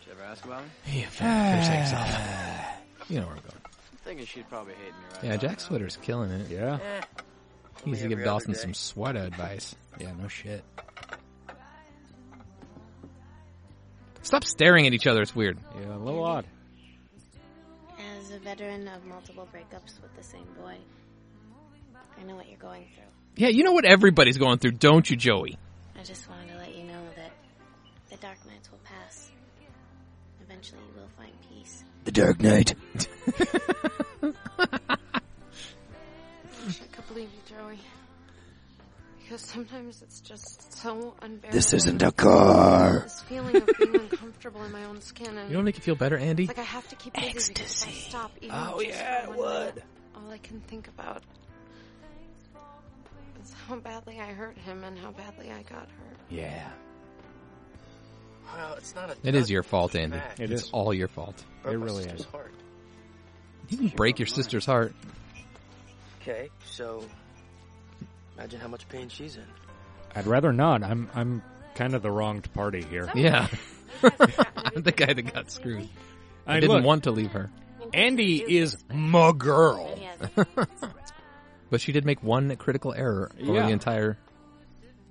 E: Did you ever ask about me?
C: Yeah, fair- fair sex off. You know where I'm going.
E: I'm thinking she'd probably hate me right
C: Yeah,
E: now.
C: Jack Sweater's killing it.
B: Yeah.
C: He needs to
E: Only
C: give
E: every other
C: Dawson
E: day.
C: some sweater advice. Yeah, no shit. Stop staring at each other. It's weird.
B: Yeah, a little odd.
I: As a veteran of multiple breakups with the same boy, I know what you're going through.
C: Yeah, you know what everybody's going through, don't you, Joey?
I: I just wanted to let you know that the dark nights will pass. Eventually, you will find peace.
C: The Dark Knight.
O: I can't believe you, Joey. Because sometimes it's just so unbearable.
C: This isn't a car.
O: This feeling of being uncomfortable in my own skin. And
C: You don't make you feel better, Andy?
O: It's like I have to keep busy because if I stop even
C: Oh,
O: just for
C: yeah, it
I: uh,
O: one
C: would.
O: minute, all I can think about is how badly I hurt him and how badly I got hurt.
C: Yeah.
E: Well, it's not a
C: It is your fault, Andy.
E: Fact.
C: it's all your fault.
E: Broke my sister's heart.
C: You can break your sister's heart.
L: Okay, so imagine how much pain she's in.
B: I'd rather not. I'm I'm kind of the wronged party here.
C: Yeah. I'm the guy that got screwed. I, didn't want to leave her.
B: Andy is my girl.
C: but she did make one critical error over
B: Yeah.
C: the entire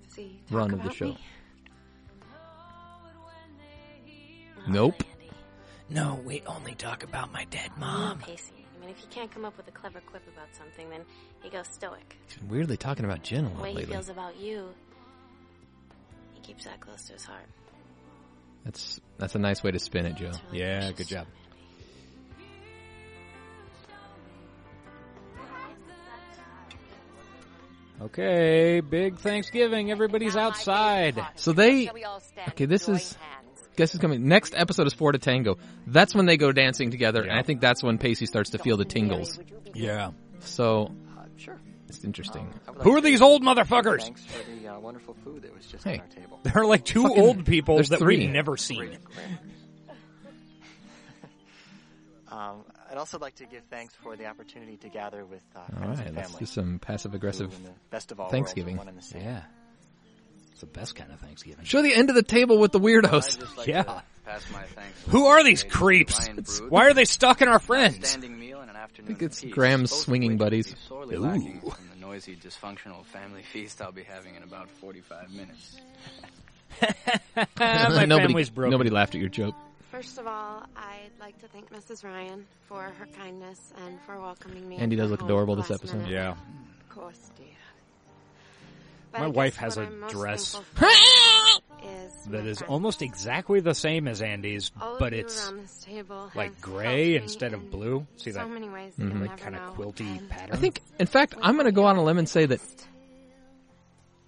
O: See, talk
C: run of the
O: about
C: show.
O: me.
C: Nope.
I: No,
N: we only talk about my dead
I: Yeah, Pacey. I mean, if he can't come up with a clever quip about something, then he goes stoic.
C: He's been weirdly talking about Jen a
I: The
C: lot
I: way he
C: lately.
I: feels about you, he keeps that close to his heart.
C: That's that's a nice way to spin it, Joe.
B: Yeah, good job. Okay, big Thanksgiving. Everybody's outside.
C: So they okay. This is guess is coming. Next episode is four to tango. That's when they go dancing together, and I think that's when Pacey starts to feel the tingles.
B: Yeah.
C: So
L: Sure.
C: it's interesting.
L: I would
B: Who
L: like
B: are
L: to
B: these
L: say
B: old motherfuckers?
L: Thanks for the uh, wonderful food that was just
C: Hey.
L: on our table.
B: There are like two
C: Fucking-
B: old people
C: there's
B: that
C: three.
B: we've never seen.
L: Um, I'd also like to give thanks for the opportunity to gather with uh,
C: All
L: friends
C: right,
L: and
C: let's
L: family.
C: do some passive aggressive
L: Who in the best of all worlds are
C: Thanksgiving.
L: one and the same.
B: Yeah. It's the best kind of Thanksgiving.
C: Show the end of the table with the
E: I'd
C: weirdos.
E: just like to pass my thanks
B: Who are these creeps? Why are they stalking our friends?
E: Standing meal and an
C: I
E: afternoon
C: think it's
E: of peace,
C: Graham's
E: both of
C: swinging
E: which will
C: buddies.
E: be sorely lacking from the noisy, dysfunctional family feast I'll be having in about 45 minutes.
B: My
C: nobody,
B: family's broken.
C: nobody laughed at your joke.
O: First of all, I'd like to thank Mrs. Ryan for her kindness and for welcoming me. into
C: Andy does
O: her
C: look
O: home
C: adorable this
O: last
C: episode.
O: minute.
B: Yeah.
O: Of course, dear.
B: My
O: I
B: wife
O: guess
B: has
O: what
B: a
O: I'm most
B: dress.
O: thankful for is
B: That is almost exactly the same as Andy's,
O: all of
B: but
O: you
B: it's
O: around this table
B: like
O: have
B: gray
O: helped me in
B: instead of blue. See
O: so
B: that Mm-hmm.
O: many ways
C: Mhm.
O: that
B: like kind of quilty
I: Um,
B: pattern?
C: I think, in fact, I'm going to go on a limb and say that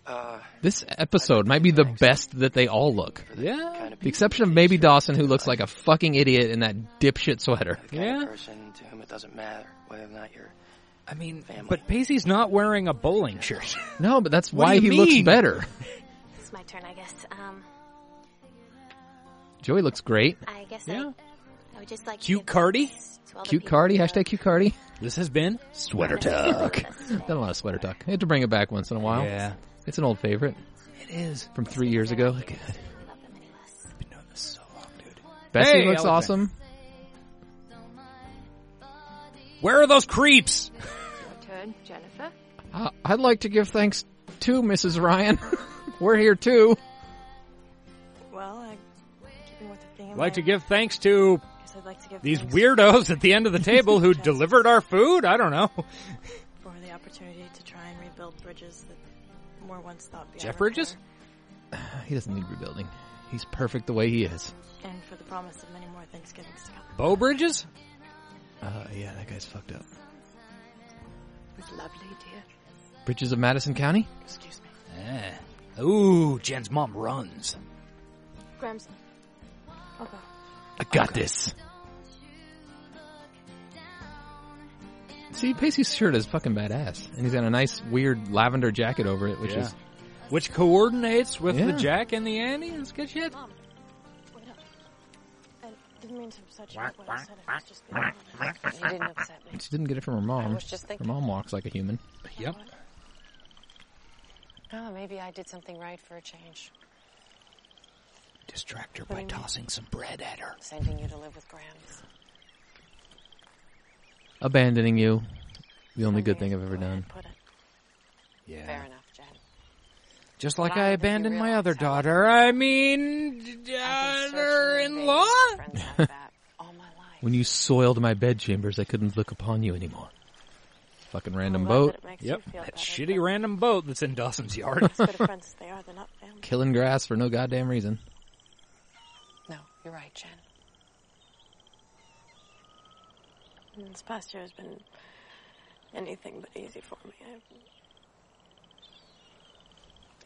L: Uh,
C: this episode might be the best that they all look.
B: Yeah.
C: The exception of maybe Dawson, who looks like a fucking idiot in that dipshit sweater.
L: the kind
B: Yeah.
L: of person to whom it doesn't matter whether or not you're.
B: I mean,
L: family.
B: but Pacey's not wearing a bowling shirt.
C: No, but that's
B: What
C: why
B: do you
C: he looks
B: mean?
C: better.
I: It's my turn, I guess. Um,
C: Joey looks great.
I: I guess
B: Yeah.
I: I, I would just like
B: Cute Cardi.
I: to all the
C: Cute
I: people-
C: Cardi, hashtag cute Cardi.
B: This has been
C: Sweater talk. Done a lot of sweater talk. I had to bring it back once in a while.
B: Yeah.
C: It's an old favorite.
B: It is.
C: From three years ago. God.
B: Been doing this so long, dude.
C: Bessie
B: Hey,
C: looks awesome.
B: Alexander. Where are those creeps?
O: To
J: good, Jennifer.
C: Uh, I'd like to give thanks to Mrs. Ryan. We're here too.
D: Well, I, keeping with the theme,
B: I'd like to give thanks to
D: I guess I'd like to give
B: these
D: thanks
B: weirdos at the end of the table who delivered our food. I don't know.
D: for the opportunity to try and rebuild bridges that were once thought beyond
C: Jeff Bridges? He doesn't need rebuilding. He's perfect the way he is.
D: repair, and for the promise of many more Thanksgivings to come.
B: Bo Bridges?
C: Uh, yeah, that guy's fucked up.
H: It was lovely, dear.
C: Bridges of Madison County?
H: Excuse me.
B: Eh. Ooh, Jen's mom runs.
I: Grams. I'll go.
C: I got this. See, Pacey's shirt is fucking badass, and he's got a nice, weird lavender jacket over it, which
B: Yeah.
C: is
B: Which coordinates with the
C: Yeah.
B: Jack and the Annie. It's good shit.
D: Mom, wait up. I didn't mean to upset you with what I said. I was just being rude. You didn't upset me.
C: she didn't get it from her mom.
D: I was just thinking-
C: Her mom walks like a human.
B: Yep.
D: Oh, maybe I did something right for a change.
B: Distract her
D: by
B: tossing some bread at her.
D: Sending you to live with Grams.
C: Abandoning you, the only good thing I've ever done.
B: Yeah.
D: Fair enough, Jen.
B: Just like I abandoned my other daughter. I mean, daughter-in-law.
C: When you soiled my bedchambers, I couldn't look upon you anymore. Fucking random boat.
B: Yep. That shitty random boat that's in Dawson's yard.
D: As good of friends as they are, they're not family.
C: Killing grass for no goddamn reason.
D: No, you're right, Jen. This past year has been anything but easy for me.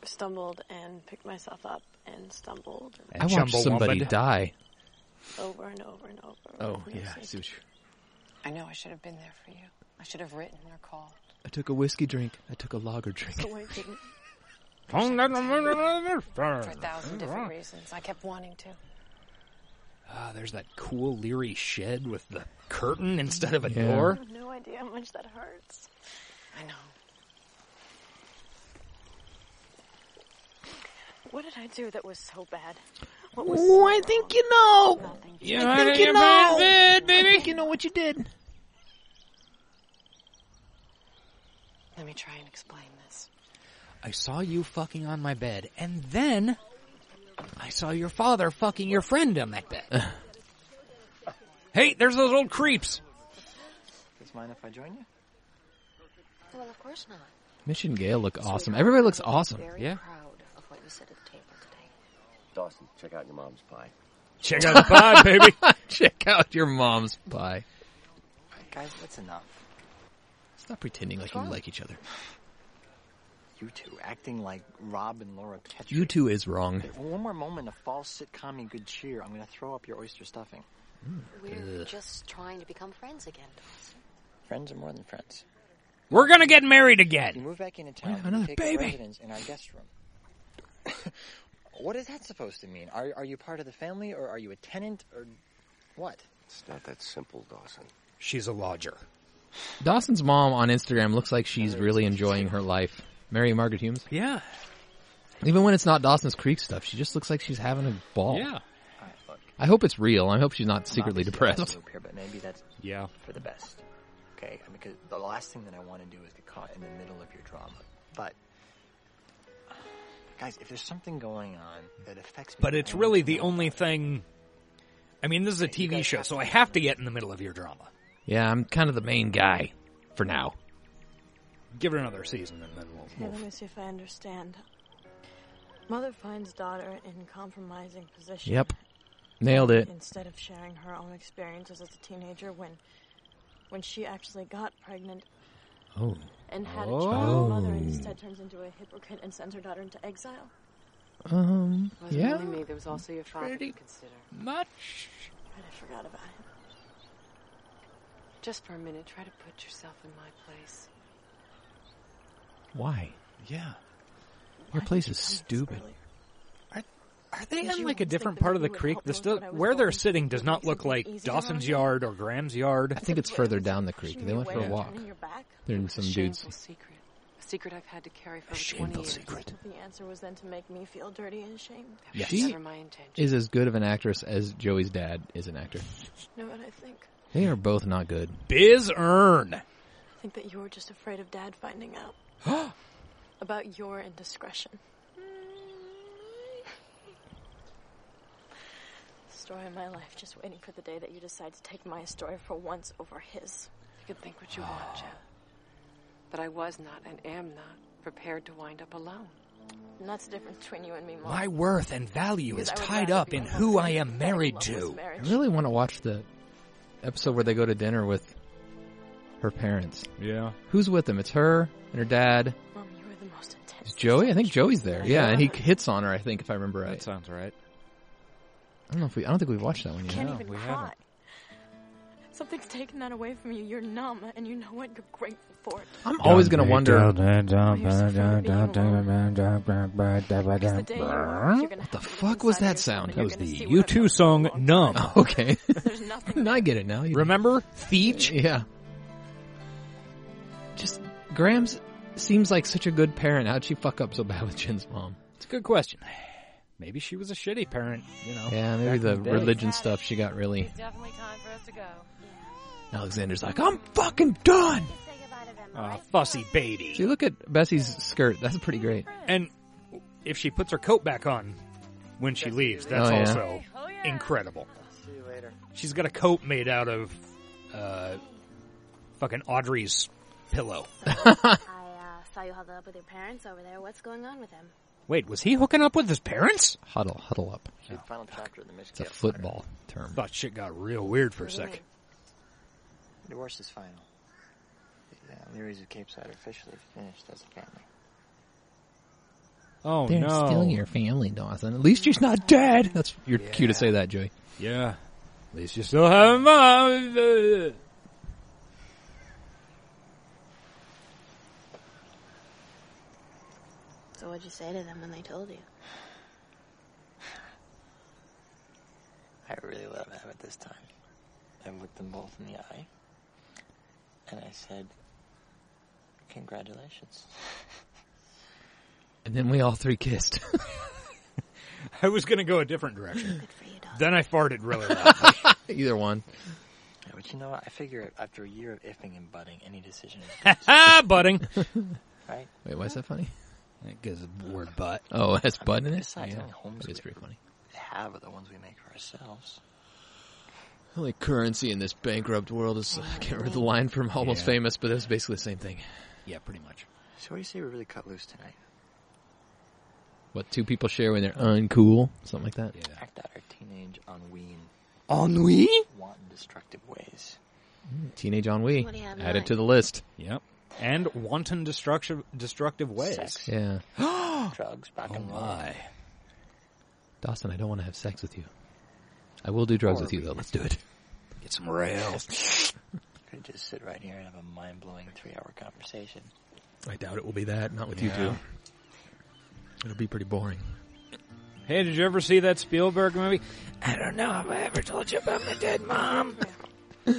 D: I've stumbled and picked myself up and stumbled and
C: I watched somebody die.
D: over and over and over.
C: Oh,
D: No
C: yeah. I
D: sleep.
C: see what you-
H: I know I should have been there for you. I should have written or called.
C: I took a whiskey drink. I took a lager drink.
H: So I didn't. For
C: Uh,
H: a thousand different
B: Ah,
H: reasons. I kept wanting to.
B: there's that cool leery shed with the curtain instead of a
C: Yeah.
B: door.
D: I have no idea how much that hurts.
H: I know.
D: What did I do that was so bad? What was
M: Oh, I think you know.
B: You
M: I
B: had
M: think
B: it
M: you
B: in bad
M: know.
B: bed,
M: I
B: baby.
M: think you know what you did.
H: Let me try and explain this.
B: I saw you fucking on my bed, and then I saw your father fucking your friend on that bed. hey, there's those old creeps.
L: Does mind if I join you?
H: Well, of course not.
C: Mitch and Gail look awesome. Everybody looks awesome.
H: Very proud of what you said at the table today.
P: Dawson, check out your mom's pie.
B: Check out the pod, baby.
C: Check out your mom's pie.
L: Guys, that's enough.
C: Stop pretending like you
L: What's wrong?
C: like each other.
L: You two acting like Rob and Laura Petrie.
C: You two is wrong.
L: If One more moment of false sitcom and good cheer. I'm going to throw up your oyster stuffing.
H: We're
L: Ugh.
H: just trying to become friends again, Dawson.
L: Friends are more than friends.
B: We're gonna get married
L: You
B: again.
L: move back into
B: We
L: town.
B: have
L: and
B: another
L: you take
B: baby.
L: Up residence in our guest room. what is that supposed to mean? Are are you part of the family, or are you a tenant, or what?
P: It's not that simple, Dawson.
B: She's a lodger.
C: Dawson's mom on Instagram looks like she's really enjoying her life. Mary Margaret Humes.
B: Yeah.
C: Even when it's not Dawson's Creek stuff, she just looks like she's having a ball.
B: Yeah.
C: I hope it's real. I hope she's not secretly
L: Obviously, I
C: depressed.
L: live Here, but maybe that's
B: Yeah.
L: for the best. Okay, I mean, 'cause the last thing that I want to do is get caught in the middle of your drama. But guys, if there's something going on that affects me,
B: But it's
L: I need
B: really
L: to
B: the
L: know.
B: only thing. I mean, this is a TV show, so I have to get in the middle of your drama.
C: Yeah, I'm kind of the main guy for now.
B: Give it another season, and then
D: Okay,
B: we'll
D: let
B: move.
D: me see if I understand. Mother finds daughter in compromising position.
C: Yep. Nailed it.
D: Instead of sharing her own experiences as a teenager when when she actually got pregnant
C: Oh.
D: and had a child, mother instead turns into a hypocrite and sends her daughter into exile.
C: Um,
H: Wasn't
C: yeah. Mm,
H: only me. There was also your father
D: Pretty
H: to consider.
B: Much.
D: And I forgot about it.
H: Just for a minute, try to put yourself in my place.
C: Why? Yeah. Your place is stupid.
B: Are they
D: Did
B: in
D: you
B: like a
D: always
B: different
D: think that
B: part of the
D: you would
B: creek?
D: help
B: This
D: most
B: does,
D: when I was
B: where they're
D: going?
B: sitting does not look like
D: easier on
B: Dawson's
D: you?
B: yard or Graham's yard.
C: I think it's further down the creek. They went for a
H: Way of
C: walk.
H: turning your
D: back?
C: They're in some dudes.
H: Shameful secret. A secret I've had to carry for 20
C: shameful
H: years.
C: secret.
D: The answer was then to make me feel dirty and ashamed.
C: Yes.
H: She
C: She
H: my intention.
C: is as good of an actress as Joey's dad is an actor.
D: You know what I think?
C: They are both not good.
B: Biz Earn.
D: think that you were just afraid of Dad finding out
C: What?
D: about your indiscretion. Story of my life, just waiting for the day that you decide to take my story for once over his.
H: You can think what you want, Jen. But I was not and am not prepared to wind up alone.
D: And that's the difference between you and me, Mom.
B: My worth and value is
D: Because I would
B: tied
D: rather
B: up
D: be
B: in
D: a
B: who
D: woman
B: I am
D: than
B: married
D: love
B: to.
D: with marriage.
C: I really want to watch the episode where they go to dinner with her parents.
B: Yeah.
C: Who's with them? It's her and her dad.
D: Mom, you were the most intense.
C: Is Joey? I think Joey's there. Yeah, and he
D: Yeah.
C: hits on her. I think if I remember right. That
B: sounds right.
C: I don't know if we. I don't think we've watched that one yet.
D: Can't even cry. Something's taken that away from you. You're numb, and you know what? You're grateful for it.
C: I'm always gonna wonder.
D: What
C: the fuck was that sound? That was
B: The U2 song Numb.
C: Okay. no, I get it now.
B: Remember Thiech?
C: Yeah. Just Graham's seems like such a good parent. How'd she fuck up so bad with Jen's mom?
B: It's a good question. Maybe she was a shitty parent, you know.
C: Yeah, maybe
B: back
C: the
B: in day.
C: religion stuff she got really.
K: It's definitely time for us to go.
C: Alexander's like, I'm fucking done.
B: Aw, fussy baby.
C: See, look at Bessie's skirt. That's pretty great.
B: And if she puts her coat back on when she leaves, that's
C: Oh, yeah.
B: also incredible.
L: See you later.
B: She's got a coat made out of uh, fucking Audrey's pillow.
I: I uh, saw you huddle up with your parents over there. What's going on with them?
B: Wait, was he hooking up with his parents?
C: Huddle, huddle up.
L: Final chapter of the
C: It's a football term.
B: Thought shit got real weird for a
L: What do you
B: sec.
L: Divorce is final. Yeah, Leary's of Cape Side are officially finished as a family.
B: Oh
C: They're
B: no!
C: still your family, Dawson. At least she's not dead. That's you're cute to say that, Joey.
B: Yeah. At least you still have a mom.
I: So what'd you say to them when they told you?
L: I really love Abbott this time. I looked them both in the eye, and I said, "Congratulations."
C: And then we all three kissed.
B: I was gonna go a different direction. then I farted really loud.
C: Either one.
L: Yeah, but you know what? I figure after a year of iffing and butting, any decision is
B: Ha
C: Ah,
B: ha, budding.
L: right.
C: Wait, why is that funny?
B: Because the word butt.
C: Oh, that's button in it.
L: Besides,
C: Yeah.
L: only homes
C: That is
L: we
C: pretty funny.
L: have are the ones we make for ourselves.
C: Only currency in this bankrupt world is uh, I can't remember the line from Almost
B: Yeah.
C: Famous, but that's basically the same thing.
B: Yeah, pretty much.
L: So what do you say we really cut loose tonight?
C: What two people share when they're uncool, something like that.
L: Act out our teenage ennui. in
C: Ennui?
L: Wanton destructive ways.
C: Mm, Teenage ennui.
L: What do you have in
C: Add it
L: mind?
C: to the list.
B: Yep. And wanton destructive destructive ways.
L: Sex.
C: Yeah,
L: Drugs, back and roll.
C: Dawson, I don't want to have sex with you. I will do drugs
L: Or
C: with you though. Let's do it.
B: Get
L: some rails. Could just sit right here and have a mind blowing three hour conversation.
C: I doubt it will be that. Not with you
B: Yeah.
C: two. It'll be pretty boring.
B: Hey, did you ever see that Spielberg movie?
N: I don't know if I ever told you about my dead mom.
B: Uh,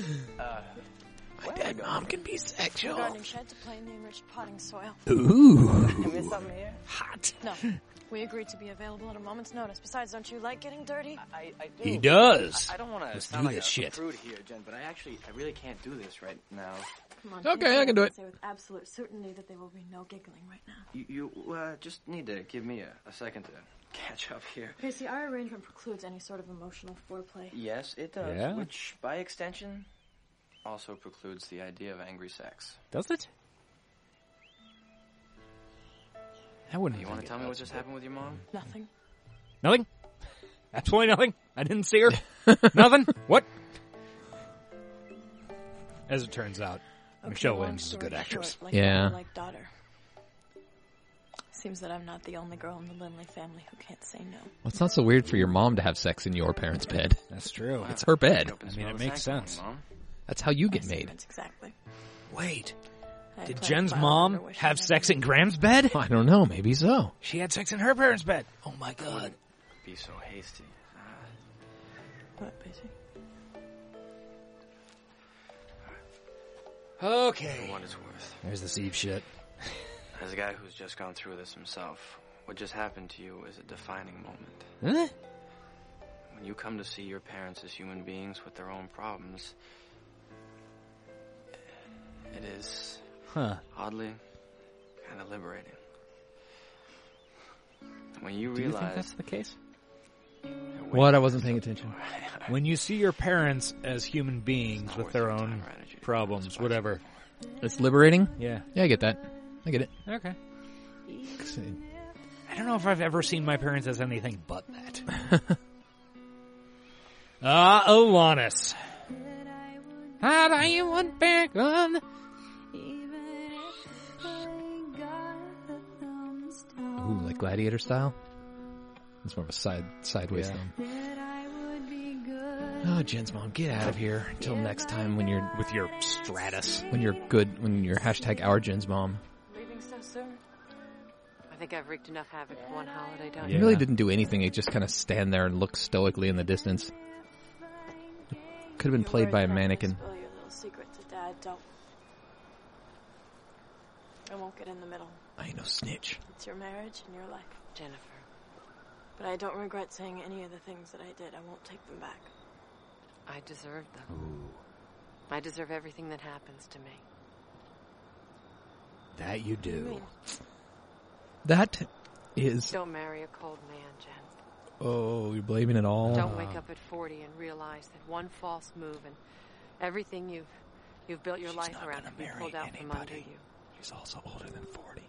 N: my dead mom can be sexual.
D: Gardening shed to play in the enriched potting soil.
N: Ooh.
D: we something here? Hot. No. We agreed to be available at a moment's notice. Besides, don't you like getting dirty?
E: I, I do.
B: He does.
E: I, I don't want to
B: Let's
E: sound
B: do
E: like
B: this
E: a
B: shit.
E: prude here, Jen, but I actually, I really can't do this right now.
D: Come on,
E: Okay,
D: James,
E: I can do it.
D: Say with absolute certainty that there will be no giggling right now.
E: You, you uh, just need to give me a, a second to catch up here.
D: Casey, our arrangement precludes any sort of emotional foreplay.
E: Yes, it does.
B: Yeah?
E: Which, by extension, also precludes the idea of angry sex.
B: Does it? I wouldn't.
E: You
B: even
E: want to
B: get
E: tell me
B: that.
E: what just happened with your mom?
D: Nothing.
B: Nothing. Absolutely nothing. I didn't see her. nothing. What? As it turns out,
D: Okay,
B: Michelle
D: long
B: Williams is a
D: story
B: good actress.
D: short, like
C: Yeah.
D: mother, Like daughter. Seems that I'm not the only girl in the Lindley family who can't say no.
C: Well, it's not so weird for your mom to have sex in your parents' bed.
B: That's true.
C: It's her bed.
B: I mean, it makes sense.
C: That's how you get made.
D: Exactly.
B: Wait.
D: I
B: Did
D: played
B: Jen's
D: Violet
B: mom
D: Underwood.
B: have sex in Graham's bed?
C: I don't know. Maybe so.
B: She had sex in her parents' bed. Oh my god.
E: Be so hasty.
D: What, Casey?
B: Okay.
E: For what it's worth.
B: There's this Eve shit.
E: As a guy who's just gone through this himself, what just happened to you is a defining moment.
B: Huh?
E: When you come to see your parents as human beings with their own problems, it is
B: Huh.
E: Oddly, kind of liberating. When you
C: Do you
E: realize
C: think that's the case?
B: What? I wasn't paying attention. When you see your parents as human beings with their own problems, whatever.
C: It's liberating.
B: Yeah.
C: Yeah, I get that. I get it.
B: Okay. I don't know if I've ever seen my parents as anything but that. Ah, Olanis.
F: How do you want back on?
C: Ooh, like gladiator style. It's more of a side sideways
F: Yeah.
C: thing. Oh, Jen's mom, get out of here. Until next time, when you're
B: with your Stratus,
C: when you're good, when you're hashtag our Jen's mom.
Q: Leaving so soon? I think I've wreaked enough havoc for one holiday, don't
C: You
Q: you?
C: really didn't do anything. It just kind of stand there and look stoically in the distance. Could have been played by a mannequin.
D: Spill your little secret to Dad. Don't. I won't get in the middle.
C: I ain't no snitch.
D: It's your marriage and your life,
Q: Jennifer.
D: But I don't regret saying any of the things that I did. I won't take them back.
Q: I deserve them. I deserve everything that happens to me.
B: That you do.
C: That is.
Q: Don't marry a cold man, Jen.
C: Oh, you're blaming it all.
Q: Don't wake up at 40 and realize that one false move and everything you've you've built your life around can be pulled out from under you.
C: He's also older than forty.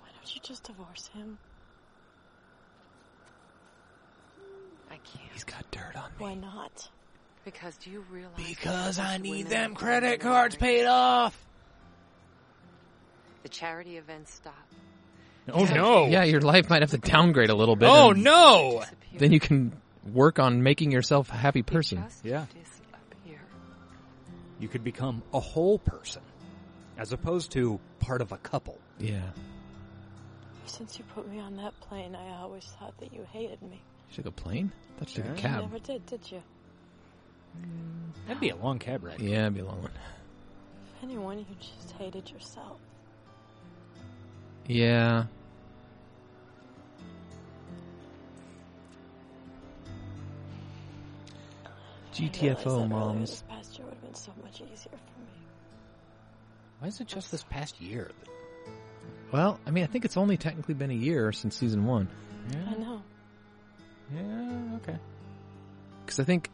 D: Why don't you just divorce him?
Q: I can't.
C: He's got dirt on me.
D: Why not?
Q: Because do you realize?
D: Because
Q: that
D: I
Q: most
D: need
Q: women
D: them
Q: that
D: credit
Q: get
D: cards
Q: married,
D: paid off.
Q: The charity events stop.
B: Oh no.
C: Yeah, your life might have to downgrade a little bit.
B: Oh,
C: and
B: no!
C: Then you can work on making yourself a happy person.
B: Yeah. You could become a whole person, as opposed to part of a couple.
C: Yeah.
D: Since you put me on that plane, I always thought that you hated me.
C: You took a plane? I thought you took a
D: You
C: cab.
D: never did, did you?
B: That'd be a long cab ride.
C: Yeah, it'd be a long one.
D: If anyone, you just hated yourself.
C: Yeah. E GTFO, moms.
D: This past year would have been so much easier for me.
B: Why is it just this past year? that-
C: Well, I mean, I think it's only technically been a year since season one.
D: I know.
B: Yeah. Okay.
C: Because I think,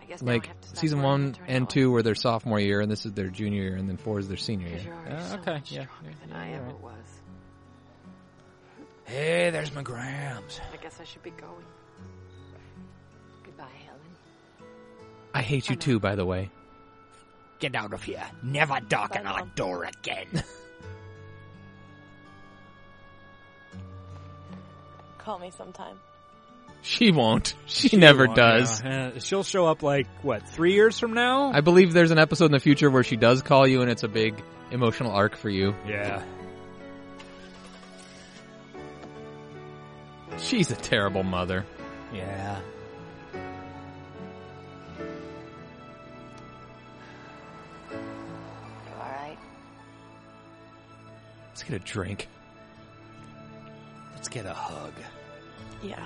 Q: I guess now I
C: like,
Q: have to stop
C: season
Q: worrying
C: one
Q: about turning
C: and two were their sophomore year, and this is their junior year, and then four is their senior
Q: Because you're
C: year.
Q: already so
B: Uh, okay,
Q: much
B: yeah,
Q: stronger
B: yeah,
Q: than
B: yeah,
Q: I
B: you're
Q: ever
B: right.
Q: was.
B: Hey, there's my grams.
Q: I guess I should be going. Goodbye, Helen.
C: I hate you too, by the way.
B: Get out of here. Never darken our door again.
D: Call me sometime.
C: She won't. She, never
B: won't,
C: does.
B: yeah. Uh, she'll show up like what three years from now.
C: I believe there's an episode in the future where she does call you, and it's a big emotional arc for you.
B: yeah.
C: She's a terrible mother.
B: Yeah.
H: You all right?
C: Let's get a drink.
B: Let's get a hug.
D: Yeah.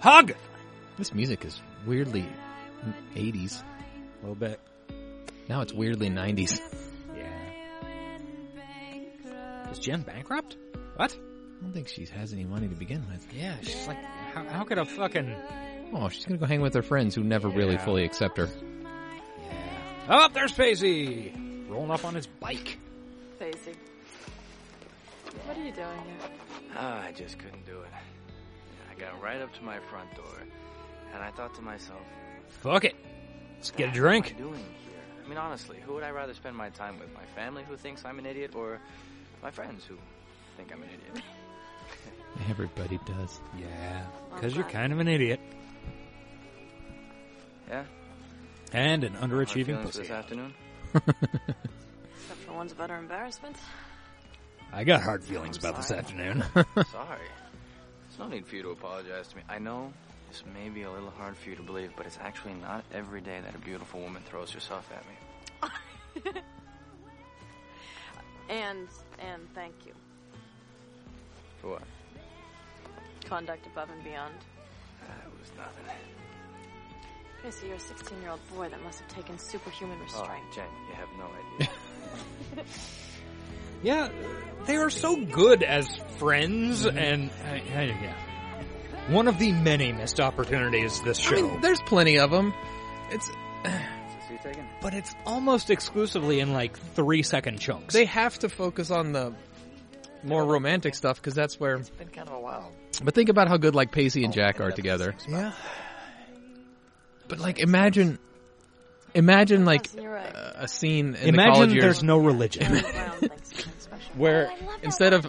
B: Hug.
C: This music is weirdly 80s.
B: A little bit.
C: Now it's weirdly 90s.
B: Yeah. Is Jen bankrupt? What?
C: I don't think she has any money to begin with.
B: Yeah. She's like, how, how could a fucking
C: Oh, she's gonna go hang with her friends who never really
B: Yeah.
C: fully accept her.
B: Oh, up there's Paisy rolling up on his bike.
Q: Daisy.
D: What are you doing here?
E: Ah, I just couldn't do it. I got right up to my front door, and I thought to myself,
B: Fuck it. Let's get a
E: "What
B: drink.
E: am I doing here? I mean, honestly, who would I rather spend my time with? My family, who thinks I'm an idiot, or my friends, who think I'm an idiot?
C: Everybody does.
B: Yeah,
E: Well,
B: because you're
E: glad.
B: kind of an idiot
E: Yeah.
B: and an
E: My
B: underachieving
E: feelings
B: pussy.
E: for this afternoon.
D: Except for one's about her embarrassment.
B: I got hard feelings about this afternoon.
E: Sorry. There's no need for you to apologize to me. I know this may be a little hard for you to believe, but it's actually not every day that a beautiful woman throws herself at me.
D: And and thank you.
E: For what?
D: Conduct above and beyond.
E: That was nothing.
D: Chrissy, you're a 16 year old boy that must have taken superhuman
E: Oh,
D: restraint.
E: Jen, you have no idea.
B: Yeah, they are so good as friends, and I, I, Mm-hmm. yeah, one of the many missed opportunities this show.
C: I mean, there's plenty of them. It's
B: but it's almost exclusively in like three second chunks.
C: they have to focus on the more romantic stuff because that's where.
L: It's been kind of a while. Oh,
C: But think about how good like Pacey and Jack are together.
B: Yeah.
C: But like, imagine, imagine like
I: You're right.
C: uh, a scene. In the
B: Imagine
C: college
B: there's
C: years
B: no religion.
C: where instead of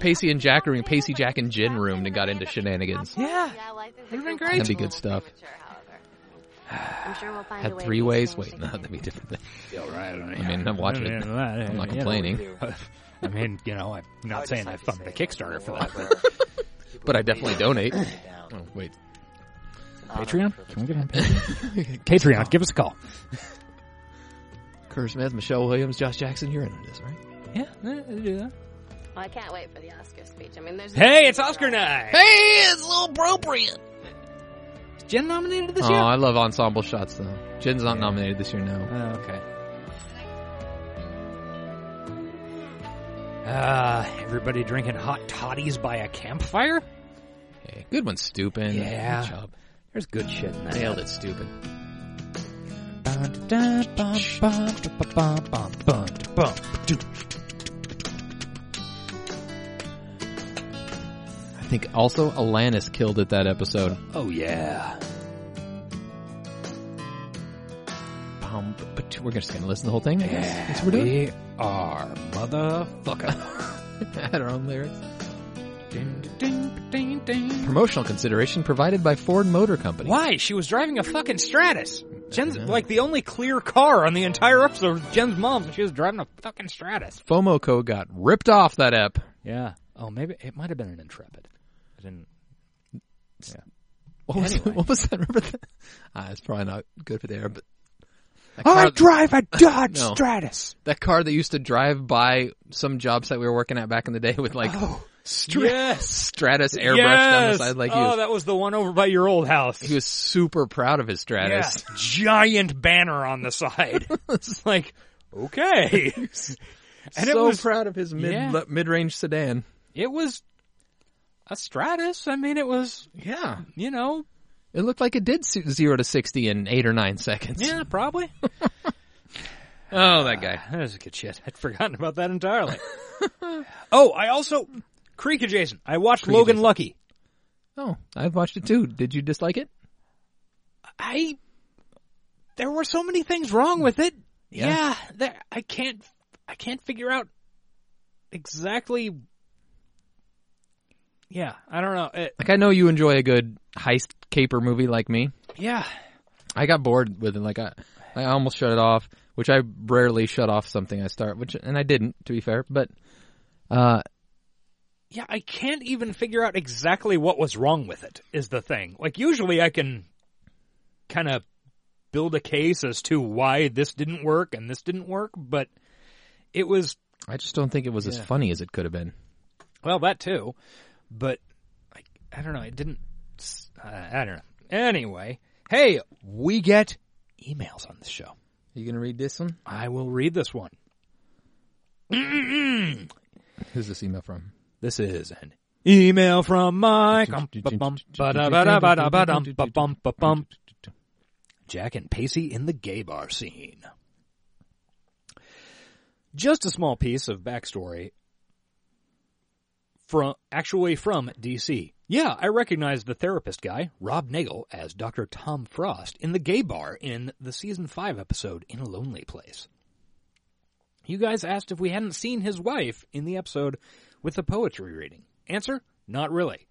C: Pacey and Jack rooming, Pacey, Jack, and Jin roomed and got into shenanigans.
B: Yeah.
I: Would've been
C: That'd be good stuff.
I: I'm sure we'll find a
C: Had
I: way.
C: three ways. Wait, no, that'd be different. Than, I mean, I'm watching it. I'm not complaining,
B: I mean, you know, I'm not saying I fund the Kickstarter for that.
C: but I definitely donate. Oh, wait,
B: Patreon? Can we get on Patreon? Patreon, give us a call.
C: Kerr Smith, Michelle Williams, Josh Jackson, you're in on this, right?
B: Yeah, they do that.
I: I can't wait for the Oscar speech. I mean, there's.
B: Hey, it's Oscar night.
I: Hey, it's a little appropriate.
B: Jen nominated this
C: oh,
B: year.
C: I love ensemble shots though. Jen's not nominated this year, no.
B: Oh, okay. Uh, everybody drinking hot toddies by a campfire?
C: Hey, good one, stupid.
B: Yeah.
C: Good job.
B: There's good shit in that.
C: Nailed it, stupid. I think also Alanis killed it that episode.
B: Oh yeah.
C: Um, but we're just gonna listen to the whole thing. I guess. That's what we're doing.
B: We are motherfucker.
C: Add our own lyrics. Promotional consideration provided by Ford Motor Company.
B: Why? She was driving a fucking Stratus. Jen's like the only clear car on the entire episode. was Jen's mom's, and she was driving a fucking Stratus.
C: FOMO Co got ripped off that app.
B: Yeah. Oh, maybe it might have been an Intrepid. I didn't. Yeah.
C: What was, what was that? Remember that? Ah, it's probably not good for there, but. that
B: I
C: car-
B: drive a Dodge
C: No.
B: Stratus.
C: That car that used to drive by some job site we were working at back in the day with like Stra-
B: yes.
C: Stratus airbrushed on the
B: yes.
C: side like
B: oh,
C: he was,
B: that was the one over by your old house.
C: he was super proud of his Stratus.
B: Yeah, giant banner on the side. it's like, okay. and it
C: so
B: was
C: proud of his mid
B: Yeah.
C: le- mid-range sedan.
B: it was a Stratus. I mean, it was
C: Yeah.
B: you know
C: It looked like it did su- 0 to 60 in 8 or 9 seconds.
B: yeah probably.
C: Oh, that guy.
B: that was good shit. I'd forgotten about that entirely. oh, I also Creek adjacent. I watched
C: Creek
B: Logan
C: adjacent.
B: Lucky.
C: Oh, I've watched it too. Did you dislike it?
B: I there were so many things wrong with it.
C: Yeah.
B: Yeah, there, I can't I can't figure out exactly. Yeah, I don't know. It,
C: Like I know you enjoy a good heist caper movie like me.
B: yeah,
C: I got bored with it. Like I, I almost shut it off, which I rarely shut off something I start, which and I didn't to be fair. But uh,
B: yeah, I can't even figure out exactly what was wrong with it. Is the thing like usually I can kind of build a case as to why this didn't work and this didn't work, but it was
C: I just don't think it was as
B: Yeah.
C: funny as it could have been.
B: Well, that too, but I, I don't know. It didn't. s- Uh, I don't know. Anyway, hey, we get emails on the show.
C: you gonna read this one?
B: I will read this one. Mm-mm-mm.
C: Who's this email from?
B: This is an email from Mike. Um, ba-bum, ba-da-ba-da, ba-da-ba-dum, ba-bum, ba-bum. Jack and Pacey in the gay bar scene. Just a small piece of backstory from actually from DC. Yeah, I recognize the therapist guy, Rob Nagel, as Dr. Tom Frost in the gay bar in the season 5 episode In a Lonely Place. You guys asked if we hadn't seen his wife in the episode with the poetry reading. Answer? Not really.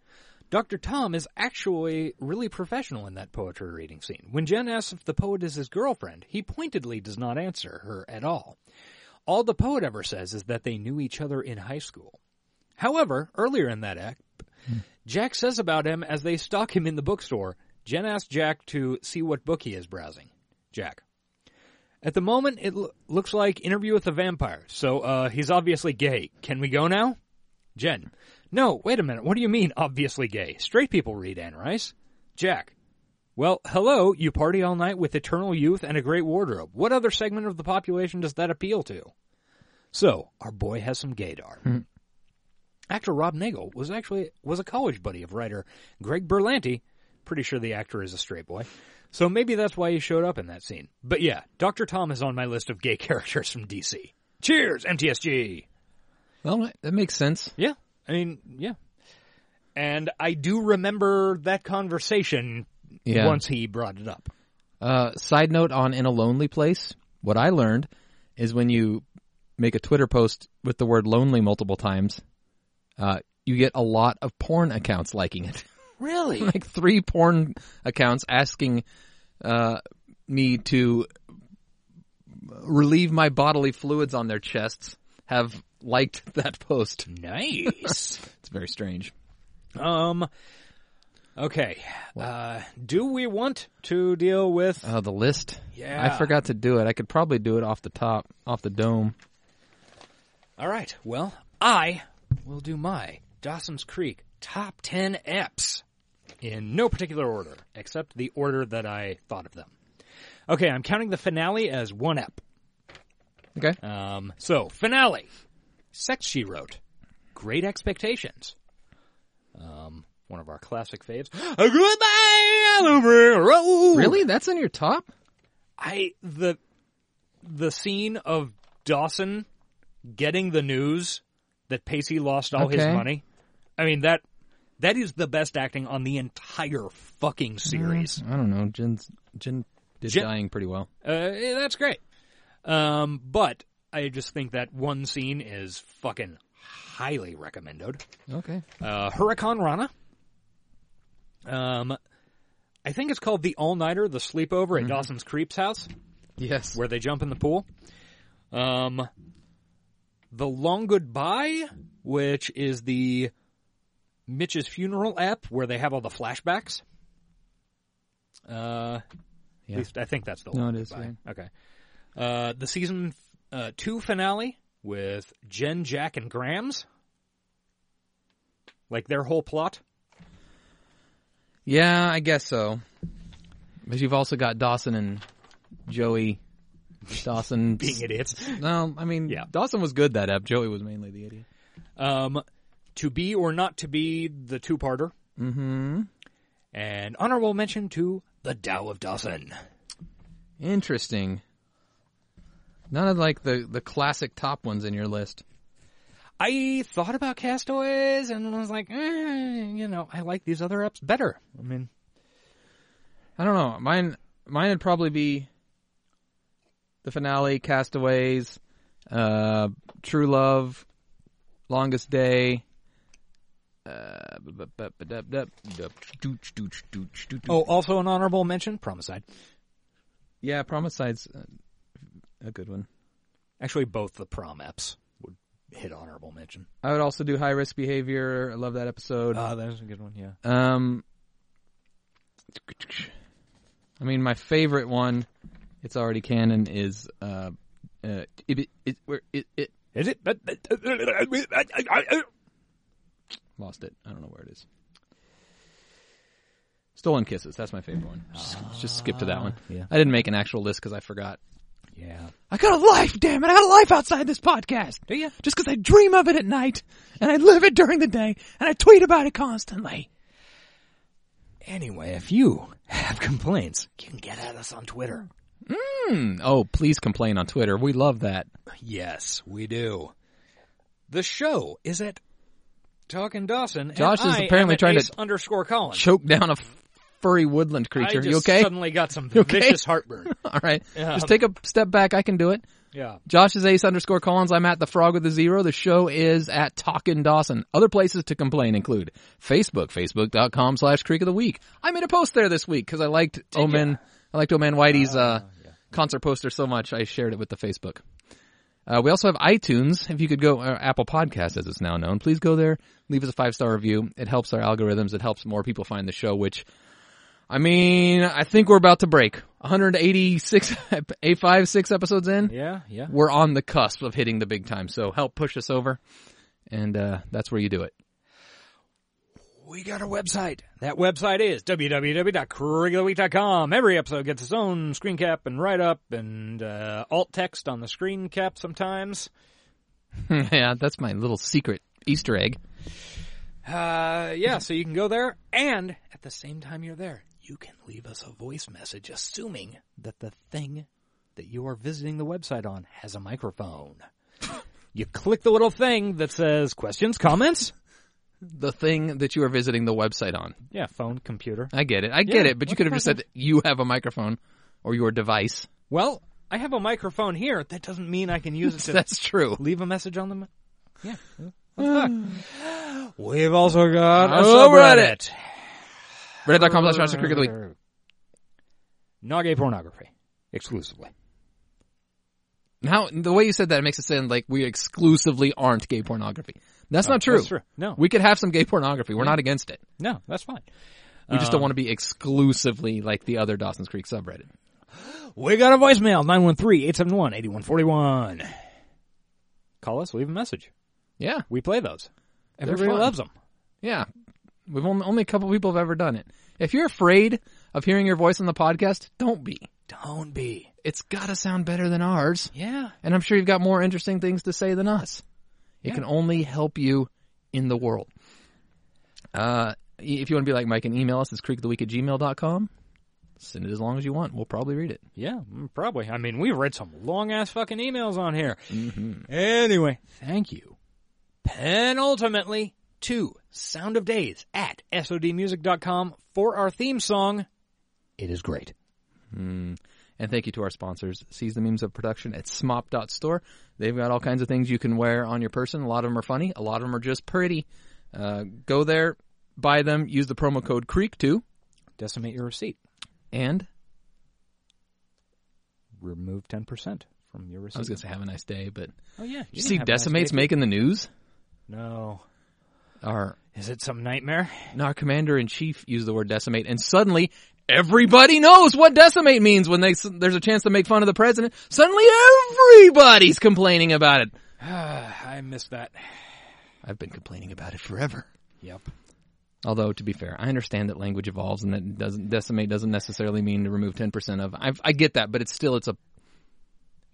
B: Dr. Tom is actually really professional in that poetry reading scene. When Jen asks if the poet is his girlfriend, he pointedly does not answer her at all. All the poet ever says is that they knew each other in high school. However, earlier in that act, Jack says about him as they stalk him in the bookstore. Jen asks Jack to see what book he is browsing. Jack. At the moment, it lo- looks like Interview with the Vampire, so uh, he's obviously gay. Can we go now? Jen. No, wait a minute. What do you mean, obviously gay? Straight people read Anne Rice. Jack. Well, hello, you party all night with eternal youth and a great wardrobe. What other segment of the population does that appeal to? So our boy has some gaydar.
C: Hmm.
B: Actor Rob Nagel was actually was a college buddy of writer Greg Berlanti. Pretty sure the actor is a straight boy, so maybe that's why he showed up in that scene. But yeah, Doctor Tom is on my list of gay characters from DC. Cheers, MTSG.
C: Well, that makes sense.
B: Yeah, I mean, yeah. And I do remember that conversation
C: Yeah.
B: once he brought it up.
C: Uh, side note on In a Lonely Place, what I learned is when you make a Twitter post with the word lonely multiple times, uh, you get a lot of porn accounts liking it.
B: Really?
C: like three porn accounts asking uh, me to relieve my bodily fluids on their chests have liked that post.
B: Nice.
C: it's very strange.
B: Um. Okay. Uh, do we want to deal with?
C: Uh, the list.
B: Yeah.
C: I forgot to do it. I could probably do it off the top, off the dome.
B: All right. Well, I will do my Dawson's Creek top ten eps in no particular order, except the order that I thought of them. Okay, I'm counting the finale as one ep.
C: Okay.
B: Um. So finale, Sex She Wrote, Great Expectations. Um. One of our classic faves. Goodbye, Oliver Road.
C: Really? That's on your top?
B: I the the scene of Dawson getting the news that Pacey lost all his
C: Okay.
B: money. I mean that that is the best acting on the entire fucking series.
C: Mm, I don't know. Jen's Jen did
B: Jen-
C: dying pretty well.
B: Uh, yeah, that's great. Um, but I just think that one scene is fucking highly recommended.
C: Okay.
B: Uh, Hurricane Rana. Um, I think it's called the All Nighter, the sleepover
C: Mm-hmm.
B: at Dawson's Creeps house.
C: Yes.
B: where they jump in the pool. Um, the Long Goodbye, which is the Mitch's funeral app where they have all the flashbacks. Uh,
C: Yeah.
B: at least I think that's the
C: No,
B: Long
C: it is,
B: Goodbye. Okay. Uh, the season uh, two finale with Jen, Jack, and Grams. Like their whole plot.
C: Yeah, I guess so. But you've also got Dawson and Joey. Dawson
B: Being idiots.
C: No, I mean Dawson was good that ep. Joey was mainly the idiot.
B: Um, to be or not to be the two-parter.
C: Mm-hmm.
B: And honorable mention to the Dow of Dawson.
C: Interesting. None of like the the classic top ones in your list.
B: I thought about Castaways and was like, eh, you know, I like these other apps better. I mean,
C: I don't know. Mine mine would probably be the finale, Castaways, uh, True Love, Longest Day. Uh, bu- bu- bu- dup- dup- dup- dooch, dooch, dooch, doo- doo.
B: oh, also an honorable mention, Promicide.
C: yeah, Promicide's uh, a good one.
B: Actually, both the prom apps would hit honorable mention.
C: I would also do High Risk Behavior. I love that episode.
B: Ah, that is a good one, yeah.
C: Um, I mean, my favorite one, it's already canon, is uh, uh, it, it, where it, it
B: is it. uh,
C: Lost it. I don't know where it is. Stolen Kisses. That's my favorite one. Just, just skip to that one.
B: Ah, yeah.
C: I didn't make an actual list because I forgot.
B: Yeah.
C: I got a life, damn it! I got a life outside this podcast. Do
B: you?
C: Just because I dream of it at night and I live it during the day and I tweet about it constantly.
B: Anyway, if you have complaints, you can get at us on Twitter.
C: Mm. Oh, please complain on Twitter. We love that.
B: Yes, we do. The show is at Talkin' Dawson.
C: Josh
B: and
C: is
B: I am
C: apparently
B: at
C: trying to
B: Ace underscore Colin.
C: Choke down a furry woodland creature.
B: I just
C: you okay?
B: Suddenly got some
C: You okay?
B: vicious heartburn.
C: All right.
B: Yeah.
C: Just take a step back. I can do it.
B: Yeah.
C: Josh is ace underscore Collins. I'm at the frog with the zero. The show is at Talkin' Dawson. Other places to complain include Facebook, facebook.com slash creek of the week. I made a post there this week because I liked Omen, I liked Omen Whitey's, uh, concert poster so much. I shared it with the Facebook. Uh, we also have iTunes. If you could go, or Apple Podcast as it's now known, please go there. Leave us a five star review. It helps our algorithms. It helps more people find the show, which I mean, I think we're about to break 186, a five, six episodes in.
B: Yeah, yeah.
C: We're on the cusp of hitting the big time. So help push us over. And, uh, that's where you do it.
B: We got a website. That website is www.curricularweek.com. Every episode gets its own screen cap and write up and uh, alt text on the screen cap sometimes.
C: yeah, that's my little secret Easter egg.
B: Uh, yeah, so you can go there, and at the same time you're there, you can leave us a voice message assuming that the thing that you are visiting the website on has a microphone. you click the little thing that says questions, comments.
C: The thing that you are visiting the website on.
B: Yeah, phone, computer.
C: I get it. I get
B: Yeah,
C: it. But you
B: what
C: could
B: the
C: have just
B: fuck
C: said you have a microphone or your device.
B: Well, I have a microphone here. That doesn't mean I can use it to
C: That's true.
B: leave a message on them. Yeah. What the fuck? We've also got a
C: Also
B: subreddit.
C: Reddit.com slash Monster Creek of the Week.
B: Not gay pornography. Exclusively.
C: Now, the way you said that, it makes it sound like we exclusively aren't gay pornography. That's
B: Oh,
C: not true.
B: that's true. No.
C: We could have some gay pornography. We're not against it.
B: No, that's fine.
C: We just don't
B: Um,
C: want to be exclusively like the other Dawson's Creek subreddit.
B: We got a voicemail, 913-871-8141. Call us, leave a message.
C: Yeah.
B: We play those.
C: They're
B: Everybody
C: fun.
B: loves them.
C: Yeah. We've only, only a couple people have ever done it. If you're afraid of hearing your voice on the podcast, don't be.
B: Don't be.
C: It's gotta sound better than ours.
B: Yeah.
C: And I'm sure you've got more interesting things to say than us. It
B: Yeah.
C: can only help you in the world. Uh, i- if you want to be like Mike and email us, it's creekoftheweek at gmail.com. Send it as long as you want. We'll probably read it.
B: Yeah, mm, probably. I mean, we've read some long ass fucking emails on here.
C: Mm-hmm.
B: Anyway, thank you. Penultimately to Sound of Days at SODmusic.com for our theme song. It is great.
C: Mm. And thank you to our sponsors, Seize the Memes of Production at smop.store. They've got all kinds of things you can wear on your person. A lot of them are funny. A lot of them are just pretty. Uh, go there, buy them, use the promo code CREEK too,
B: Decimate your receipt.
C: and
B: Remove 10% from your receipt.
C: I was going to say have a nice day, but
B: Oh, yeah.
C: you
B: can
C: see
B: have a nice
C: Decimates
B: day.
C: making the news?
B: No.
C: Our,
B: Is it some nightmare?
C: no, our commander-in-chief used the word decimate, and suddenly everybody knows what decimate means when they, there's a chance to make fun of the president. Suddenly everybody's complaining about it.
B: I missed that.
C: I've been complaining about it forever.
B: Yep.
C: Although to be fair, I understand that language evolves and that doesn't decimate doesn't necessarily mean to remove ten percent of. I, I get that, but it's still it's a,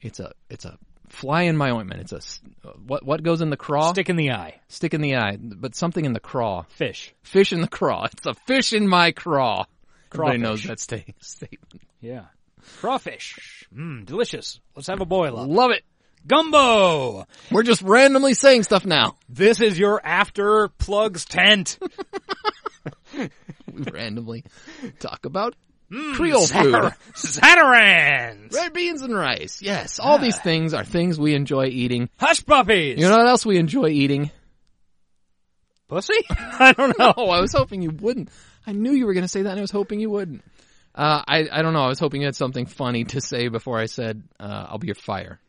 C: it's a it's a fly in my ointment. It's a s- what what goes in the craw
B: Stick in the eye.
C: stick in the eye, but something in the craw
B: Fish.
C: fish in the craw. It's a fish in my craw. Everybody
B: Crawfish.
C: knows that sta- statement.
B: Yeah. Crawfish. Mmm, delicious. Let's have a boil up.
C: Love it.
B: Gumbo!
C: We're just randomly saying stuff now.
B: This is your after plugs tent.
C: We randomly talk about
B: Mm,
C: Creole
B: Zatar-
C: food.
B: Zatarans.
C: Red beans and rice. Yes, all these things are things we enjoy eating.
B: Hush puppies.
C: You know what else we enjoy eating?
B: Pussy? I don't know.
C: Oh, I was hoping you wouldn't. I knew you were going to say that, and I was hoping you wouldn't. Uh, I I don't know. I was hoping you had something funny to say before I said uh, I'll be your fire.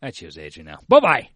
B: That's your age now. Bye bye.